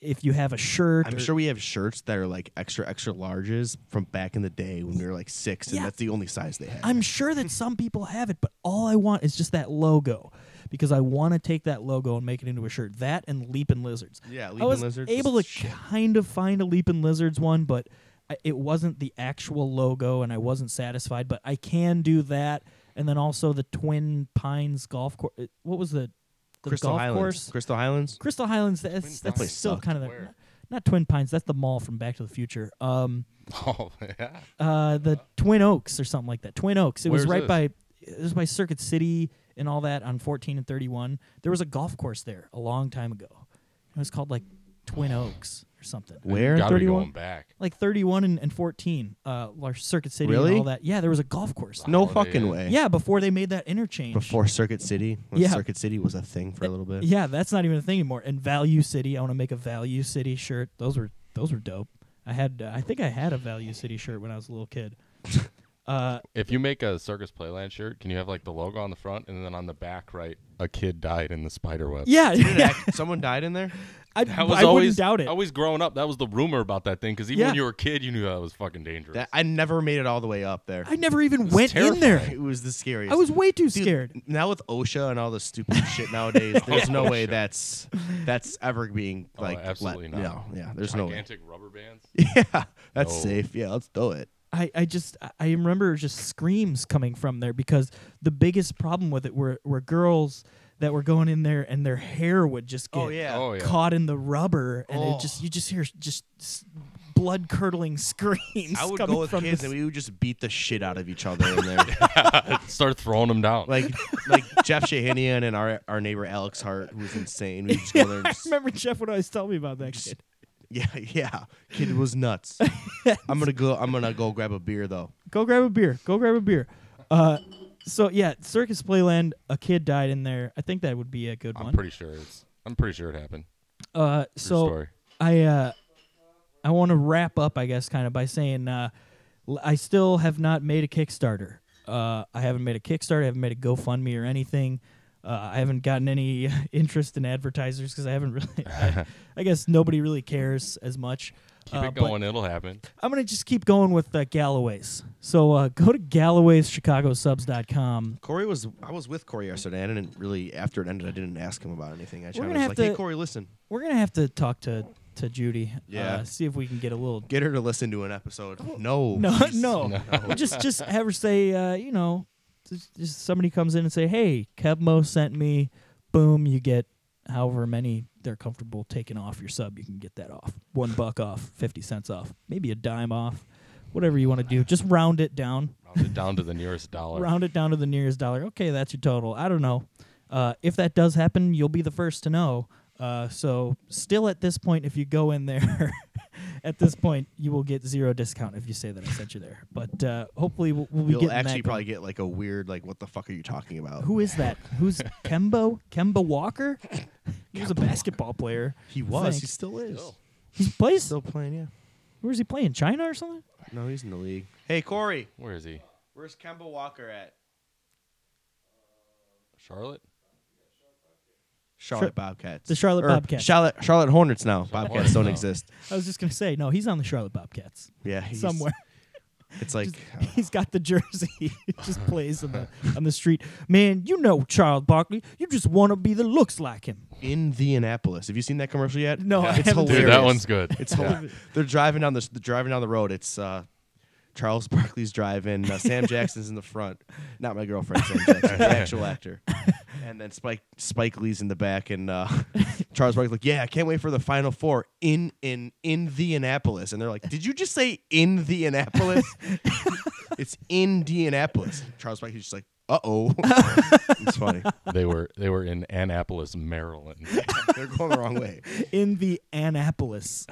[SPEAKER 3] If you have a shirt,
[SPEAKER 2] I'm
[SPEAKER 3] or-
[SPEAKER 2] sure we have shirts that are like extra extra larges from back in the day when we were like six, and
[SPEAKER 3] Yeah.
[SPEAKER 2] that's the only size they had.
[SPEAKER 3] I'm sure that some people have it, but all I want is just that logo because I want to take that logo and make it into a shirt. That and Leapin' Lizards.
[SPEAKER 2] Yeah,
[SPEAKER 3] I
[SPEAKER 2] Leapin'
[SPEAKER 3] was
[SPEAKER 2] Lizards
[SPEAKER 3] able to
[SPEAKER 2] was shit.
[SPEAKER 3] kind of find a Leapin' Lizards one, but I, it wasn't the actual logo and I wasn't satisfied, but I can do that. And then also the Twin Pines golf course. What was the, the
[SPEAKER 2] Crystal
[SPEAKER 3] golf
[SPEAKER 2] Highlands.
[SPEAKER 3] course?
[SPEAKER 2] Crystal Highlands.
[SPEAKER 3] Crystal Highlands. That's,
[SPEAKER 4] Twin
[SPEAKER 3] that's
[SPEAKER 2] Pines
[SPEAKER 3] still
[SPEAKER 2] sucked.
[SPEAKER 3] kind of the,
[SPEAKER 4] Where?
[SPEAKER 3] not Twin Pines. That's the mall from Back to the Future. Um,
[SPEAKER 4] Oh, yeah.
[SPEAKER 3] uh, the Twin Oaks or something like that. Twin Oaks. It was
[SPEAKER 4] Where's
[SPEAKER 3] right
[SPEAKER 4] this?
[SPEAKER 3] by it was by Circuit City and all that on 14 and 31. There was a golf course there a long time ago. It was called like Twin Oaks or something.
[SPEAKER 2] Where
[SPEAKER 4] Gotta be
[SPEAKER 2] 31?
[SPEAKER 4] going back.
[SPEAKER 3] Like 31 and, and 14, uh, like Circuit City
[SPEAKER 2] Really?
[SPEAKER 3] and all that. Yeah, there was a golf course.
[SPEAKER 2] No
[SPEAKER 4] Holiday
[SPEAKER 2] fucking
[SPEAKER 4] Inn.
[SPEAKER 2] way.
[SPEAKER 3] Yeah, before they made that interchange.
[SPEAKER 2] Before Circuit City, when
[SPEAKER 3] Yeah.
[SPEAKER 2] Circuit City was a thing for a little bit.
[SPEAKER 3] Yeah, that's not even a thing anymore. And Value City, I want to make a Value City shirt. Those were those were dope. I had uh, I think I had a Value City shirt when I was a little kid. Uh,
[SPEAKER 4] If you make a Circus Playland shirt, can you have like the logo on the front and then on the back, right? A kid died in the spider web.
[SPEAKER 3] yeah, yeah.
[SPEAKER 2] Someone died in there.
[SPEAKER 3] I,
[SPEAKER 4] That was
[SPEAKER 3] I
[SPEAKER 4] always
[SPEAKER 3] wouldn't doubt it.
[SPEAKER 4] Always growing up, that was the rumor about that thing. Because even
[SPEAKER 3] Yeah.
[SPEAKER 4] when you were a kid, you knew that was fucking dangerous.
[SPEAKER 2] That I never made it all the way up there.
[SPEAKER 3] I never even went in
[SPEAKER 4] terrifying.
[SPEAKER 3] there.
[SPEAKER 2] it was the scariest.
[SPEAKER 3] I was way too
[SPEAKER 2] Dude,
[SPEAKER 3] scared.
[SPEAKER 2] Now with OSHA and all the stupid shit nowadays, there's no way that's that's ever being
[SPEAKER 4] Oh,
[SPEAKER 2] like
[SPEAKER 4] absolutely
[SPEAKER 2] let,
[SPEAKER 4] not.
[SPEAKER 2] No, yeah, there's
[SPEAKER 4] Gigantic rubber bands.
[SPEAKER 2] no way. Yeah, that's
[SPEAKER 4] No.
[SPEAKER 2] safe. Yeah, let's do it.
[SPEAKER 3] I, I just I- I remember just screams coming from there because the biggest problem with it were were girls that were going in there and their hair would just get
[SPEAKER 2] Oh, yeah.
[SPEAKER 4] Oh yeah.
[SPEAKER 3] caught in the rubber and
[SPEAKER 2] Oh.
[SPEAKER 3] it just you just hear just blood curdling screams.
[SPEAKER 2] I would
[SPEAKER 3] coming
[SPEAKER 2] go with
[SPEAKER 3] from
[SPEAKER 2] kids
[SPEAKER 3] this-
[SPEAKER 2] and we would just beat the shit out of each other in there.
[SPEAKER 4] Start throwing them down.
[SPEAKER 2] like like Jeff Shahanian and our our neighbor Alex Hart, who's insane. We just go there. And
[SPEAKER 3] I
[SPEAKER 2] just,
[SPEAKER 3] remember Jeff would always tell me about that
[SPEAKER 2] Just-
[SPEAKER 3] kid.
[SPEAKER 2] yeah, yeah. Kid was nuts. I'm gonna go. I'm gonna go grab a beer though.
[SPEAKER 3] Go grab a beer. Go grab a beer. Uh, so yeah, Circus Playland. A kid died in there. I think that would be a good
[SPEAKER 4] I'm
[SPEAKER 3] one.
[SPEAKER 4] pretty sure it's. I'm pretty sure it happened.
[SPEAKER 3] uh,
[SPEAKER 4] True
[SPEAKER 3] so
[SPEAKER 4] story.
[SPEAKER 3] I uh, I want to wrap up, I guess, kind of by saying uh, l- I still have not made a Kickstarter. Uh, I haven't made a Kickstarter. I haven't made a GoFundMe or anything. Uh, I haven't gotten any interest in advertisers because I haven't really. I, I guess nobody really cares as much.
[SPEAKER 4] Keep
[SPEAKER 3] Uh,
[SPEAKER 4] it
[SPEAKER 3] but-
[SPEAKER 4] going. It'll happen.
[SPEAKER 3] I'm gonna just keep going with uh, Galloway's. So uh, go to Galloway'sChicagoSubs.com.
[SPEAKER 2] Corey was. I was with Corey yesterday. I didn't really. After it ended, I didn't ask him about anything. I, just
[SPEAKER 3] gonna
[SPEAKER 2] was
[SPEAKER 3] have
[SPEAKER 2] like, hey
[SPEAKER 3] to-
[SPEAKER 2] Corey, listen.
[SPEAKER 3] We're gonna have to talk to to Judy.
[SPEAKER 2] Yeah.
[SPEAKER 3] Uh, see if we can get a little.
[SPEAKER 2] Get her to listen to an episode. No.
[SPEAKER 3] Oh, No,
[SPEAKER 2] She's-
[SPEAKER 3] no. just just have her say, uh, you know, just, just somebody comes in and say, hey, Kevmo sent me. Boom, you get however many they're comfortable taking off your sub. You can get that off. One buck off, fifty cents off, maybe a dime off, whatever you want to do. Just round it down.
[SPEAKER 4] Round it down to the nearest dollar.
[SPEAKER 3] round it down to the nearest dollar. Okay, that's your total. I don't know. Uh, if that does happen, you'll be the first to know. Uh, so, still at this point, if you go in there, at this point, you will get zero discount if you say that I sent you there. But uh, hopefully, we'll, we'll be
[SPEAKER 2] You'll
[SPEAKER 3] getting
[SPEAKER 2] actually
[SPEAKER 3] that. going.
[SPEAKER 2] probably get like a weird like, what the fuck are you talking about?
[SPEAKER 3] Who is that? Who's Kembo? Kemba Walker? He was a basketball player.
[SPEAKER 2] He
[SPEAKER 3] I
[SPEAKER 2] was.
[SPEAKER 3] think.
[SPEAKER 2] He still is.
[SPEAKER 4] Still.
[SPEAKER 3] He plays.
[SPEAKER 2] Still playing. Yeah.
[SPEAKER 3] Where's he playing? China or something?
[SPEAKER 2] No, he's in the league. Hey Corey,
[SPEAKER 4] Where is he?
[SPEAKER 2] where's Kemba Walker at?
[SPEAKER 4] Charlotte.
[SPEAKER 2] Charlotte
[SPEAKER 3] Sure.
[SPEAKER 2] Bobcats.
[SPEAKER 3] The Charlotte
[SPEAKER 2] Or
[SPEAKER 3] Bobcats.
[SPEAKER 2] Charlotte Charlotte Hornets now.
[SPEAKER 4] Charlotte
[SPEAKER 2] Bobcats
[SPEAKER 4] Hornets
[SPEAKER 2] don't
[SPEAKER 4] now.
[SPEAKER 2] exist.
[SPEAKER 3] I was just gonna say no. He's on the Charlotte Bobcats
[SPEAKER 2] Yeah. he's-
[SPEAKER 3] somewhere.
[SPEAKER 2] It's like uh,
[SPEAKER 3] He's got the jersey. he just plays on the on the street. Man, you know Charles Barkley. You just want to be the looks like him.
[SPEAKER 2] in the Annapolis. Have you seen that commercial yet?
[SPEAKER 3] No, I
[SPEAKER 2] it's
[SPEAKER 3] haven't
[SPEAKER 2] hilarious.
[SPEAKER 3] seen it.
[SPEAKER 4] Dude, that one's good.
[SPEAKER 2] It's hilarious. They're driving down the they're driving down the road. It's uh, Charles Barkley's driving. Uh, Sam Jackson's in the front. Not my girlfriend, Sam Jackson, the actual actor. And then Spike Spike Lee's in the back, and uh, Charles Barkley's like, "Yeah, I can't wait for the Final Four in in in the Annapolis." And they're like, "Did you just say in the Annapolis? it's in the Annapolis." Charles Barkley's just like, "Uh oh." it's funny.
[SPEAKER 4] they were they were in Annapolis, Maryland.
[SPEAKER 2] They're going the wrong way.
[SPEAKER 3] in the Annapolis.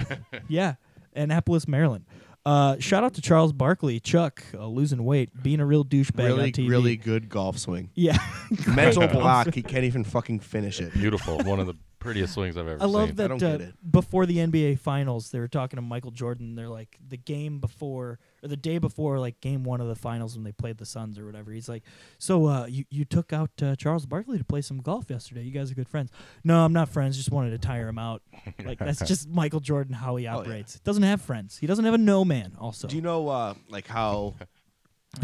[SPEAKER 3] yeah, Annapolis, Maryland. Uh, shout out to Charles Barkley, Chuck, uh, losing weight, being a real douchebag on
[SPEAKER 2] Really,
[SPEAKER 3] TV.
[SPEAKER 2] really good golf swing.
[SPEAKER 3] yeah.
[SPEAKER 2] mental block. He can't even fucking finish it.
[SPEAKER 4] Beautiful. One of the prettiest swings I've ever
[SPEAKER 3] I love
[SPEAKER 4] seen.
[SPEAKER 3] that
[SPEAKER 2] don't
[SPEAKER 3] uh,
[SPEAKER 2] get it.
[SPEAKER 3] before the NBA finals, they were talking to Michael Jordan. They're like the game before or the day before, like game one of the finals when they played the Suns or whatever. He's like, "So uh, you you took out uh, Charles Barkley to play some golf yesterday. You guys are good friends." No, I'm not friends. Just wanted to tire him out. like that's just Michael Jordan how he
[SPEAKER 2] Oh, yeah.
[SPEAKER 3] operates. Doesn't have friends. He doesn't have a no man. Also,
[SPEAKER 2] Do you know, uh, like how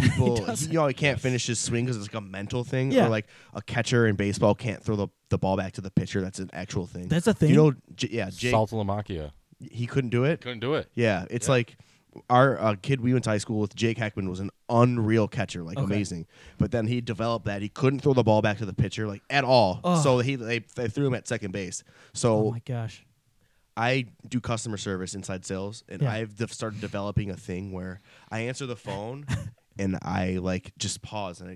[SPEAKER 2] people,
[SPEAKER 3] doesn't.
[SPEAKER 2] you know, he can't finish his swing because it's like a mental thing,
[SPEAKER 3] Yeah.
[SPEAKER 2] or like a catcher in baseball can't throw the, the ball back to the pitcher. That's an actual thing.
[SPEAKER 3] That's a
[SPEAKER 2] Do You
[SPEAKER 3] thing?
[SPEAKER 2] know, J- yeah, Jake,
[SPEAKER 4] Salt Lamakia.
[SPEAKER 2] he couldn't do it.
[SPEAKER 4] Couldn't do it.
[SPEAKER 2] Yeah, it's like our uh, kid we went to high school with, Jake Heckman, was an unreal catcher, like
[SPEAKER 3] Okay.
[SPEAKER 2] amazing. But then he developed that he couldn't throw the ball back to the pitcher like at all.
[SPEAKER 3] Ugh.
[SPEAKER 2] So he they, they threw him at second base.
[SPEAKER 3] oh
[SPEAKER 2] So
[SPEAKER 3] my gosh,
[SPEAKER 2] I do customer service inside sales, and
[SPEAKER 3] Yeah.
[SPEAKER 2] I've de- started developing a thing where I answer the phone and I like just pause and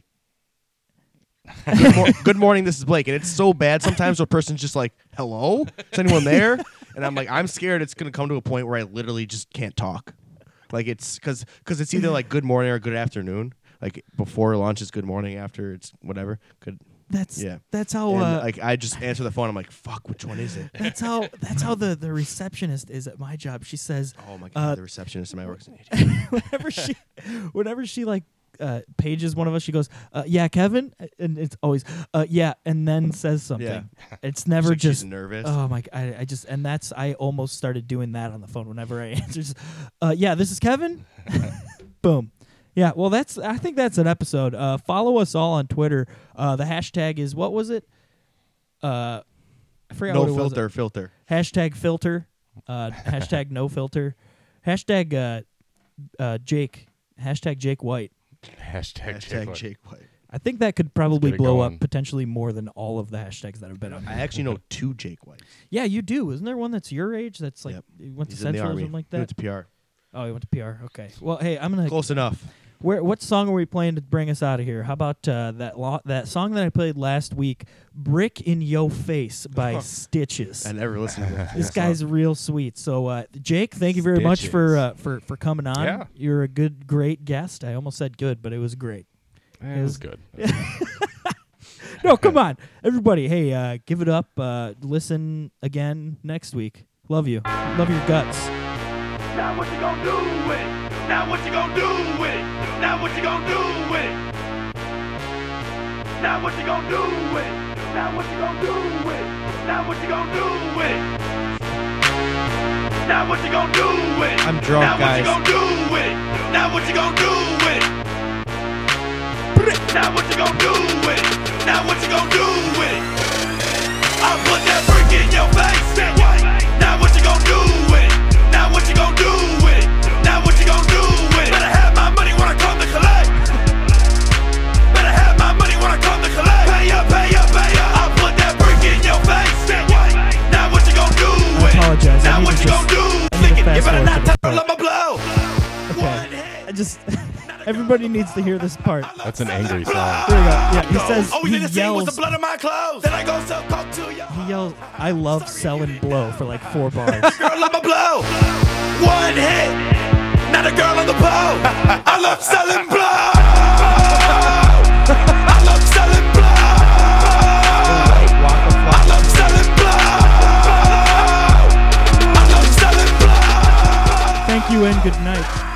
[SPEAKER 2] I Good, mor- good morning, this is Blake. And it's so bad sometimes a person's just like, hello? Is anyone there? And I'm like, I'm scared it's going to come to a point where I literally just can't talk. Like it's because cause it's either like good morning or good afternoon. Like before lunch is good morning, after it's whatever. Good.
[SPEAKER 3] That's
[SPEAKER 2] Yeah.
[SPEAKER 3] That's how.
[SPEAKER 2] and,
[SPEAKER 3] uh,
[SPEAKER 2] like I just answer the phone. I'm like, fuck, which one is it?
[SPEAKER 3] that's how. That's how the the receptionist is at my job. She says,
[SPEAKER 2] Oh my god,
[SPEAKER 3] Uh,
[SPEAKER 2] the receptionist at my work's an idiot.
[SPEAKER 3] whenever she, whenever she like uh, pages one of us, she goes, uh, "Yeah, Kevin," and it's always, uh, "Yeah," and then says something. It's never
[SPEAKER 2] Like,
[SPEAKER 3] just
[SPEAKER 2] she's nervous.
[SPEAKER 3] Oh my! g- I, I just and that's I almost started doing that on the phone whenever I answer. just, Uh, yeah, this is Kevin. Boom. Yeah. Well, that's I think that's an episode. Uh, follow us all on Twitter. Uh, the hashtag is what was it? Uh, I forgot
[SPEAKER 2] no
[SPEAKER 3] what it was.
[SPEAKER 2] filter, filter.
[SPEAKER 3] Hashtag filter. Uh, hashtag no filter. Hashtag uh, uh, Jake. Hashtag Jake White.
[SPEAKER 4] Hashtag, Jake
[SPEAKER 2] Hashtag
[SPEAKER 4] White.
[SPEAKER 2] Jake White.
[SPEAKER 3] I think that could probably
[SPEAKER 4] get it
[SPEAKER 3] blow
[SPEAKER 4] going.
[SPEAKER 3] up potentially more than all of the hashtags that have been on.
[SPEAKER 2] I actually know two Jake Whites.
[SPEAKER 3] Yeah, you do. Isn't there one that's your age? That's like
[SPEAKER 2] Yep.
[SPEAKER 3] you went to
[SPEAKER 2] He's in the
[SPEAKER 3] Central or
[SPEAKER 2] army.
[SPEAKER 3] something like
[SPEAKER 2] He
[SPEAKER 3] that.
[SPEAKER 2] went to PR.
[SPEAKER 3] Oh, he went to PR. Okay. Well, hey, I'm gonna.
[SPEAKER 2] Close enough.
[SPEAKER 3] Where? What song are we playing to bring us out of here? How about uh, that lo- that song that I played last week, "Brick in Yo Face" by Stitches.
[SPEAKER 2] I never listened to that.
[SPEAKER 3] this guy's real sweet. So, uh, Jake, thank you very much for uh, for for coming on.
[SPEAKER 4] Yeah.
[SPEAKER 3] You're a good, great guest. I almost said good, but it was great.
[SPEAKER 4] Eh, it was good.
[SPEAKER 3] No, come on, everybody. Hey, uh, give it up. Uh, listen again next week. Love you. Love your guts.
[SPEAKER 1] Now what you gonna do with it? Now what you gonna do with it? Now what you gonna do with it? Now what you gonna do with it? Now what you gonna do with it? Now what you gonna do with it? Now what you gonna do with it?
[SPEAKER 2] I'm drunk,
[SPEAKER 1] now
[SPEAKER 2] guys.
[SPEAKER 1] What you gonna do with it? Now what you gonna do with it? Now what you gonna do with it? Now what you gonna do with it? I put that brick in your face. Now what you gonna do with it? Now what you gonna do with it? Now what you gonna do with it? Better have my money when I come to collect. Better have my money when I come to collect. Pay up, pay up, pay up. I put that brick in your face. Now what you gonna do with it?
[SPEAKER 3] apologize. I
[SPEAKER 1] Now
[SPEAKER 3] need
[SPEAKER 1] what
[SPEAKER 3] to
[SPEAKER 1] you
[SPEAKER 3] just-
[SPEAKER 1] gonna do?
[SPEAKER 3] I need to
[SPEAKER 1] Think it. You
[SPEAKER 3] fast
[SPEAKER 1] better
[SPEAKER 3] forward
[SPEAKER 1] not
[SPEAKER 3] to the
[SPEAKER 1] touch
[SPEAKER 3] part.
[SPEAKER 1] my blow. One
[SPEAKER 3] Okay.
[SPEAKER 1] hit.
[SPEAKER 3] I just everybody needs to hear this part.
[SPEAKER 4] That's an angry song.
[SPEAKER 3] Here we go. Yeah, he says
[SPEAKER 1] oh, you
[SPEAKER 3] he
[SPEAKER 1] didn't see was the
[SPEAKER 3] yells.
[SPEAKER 1] blood of my clothes. Then I go so cold to you.
[SPEAKER 3] He yells. I love sell and blow for like four bars.
[SPEAKER 1] girl on my blow. One hit. Not a girl on the pole. I love selling blow. I love selling blow. I love selling blow. I love selling blow.
[SPEAKER 3] Thank you and good night.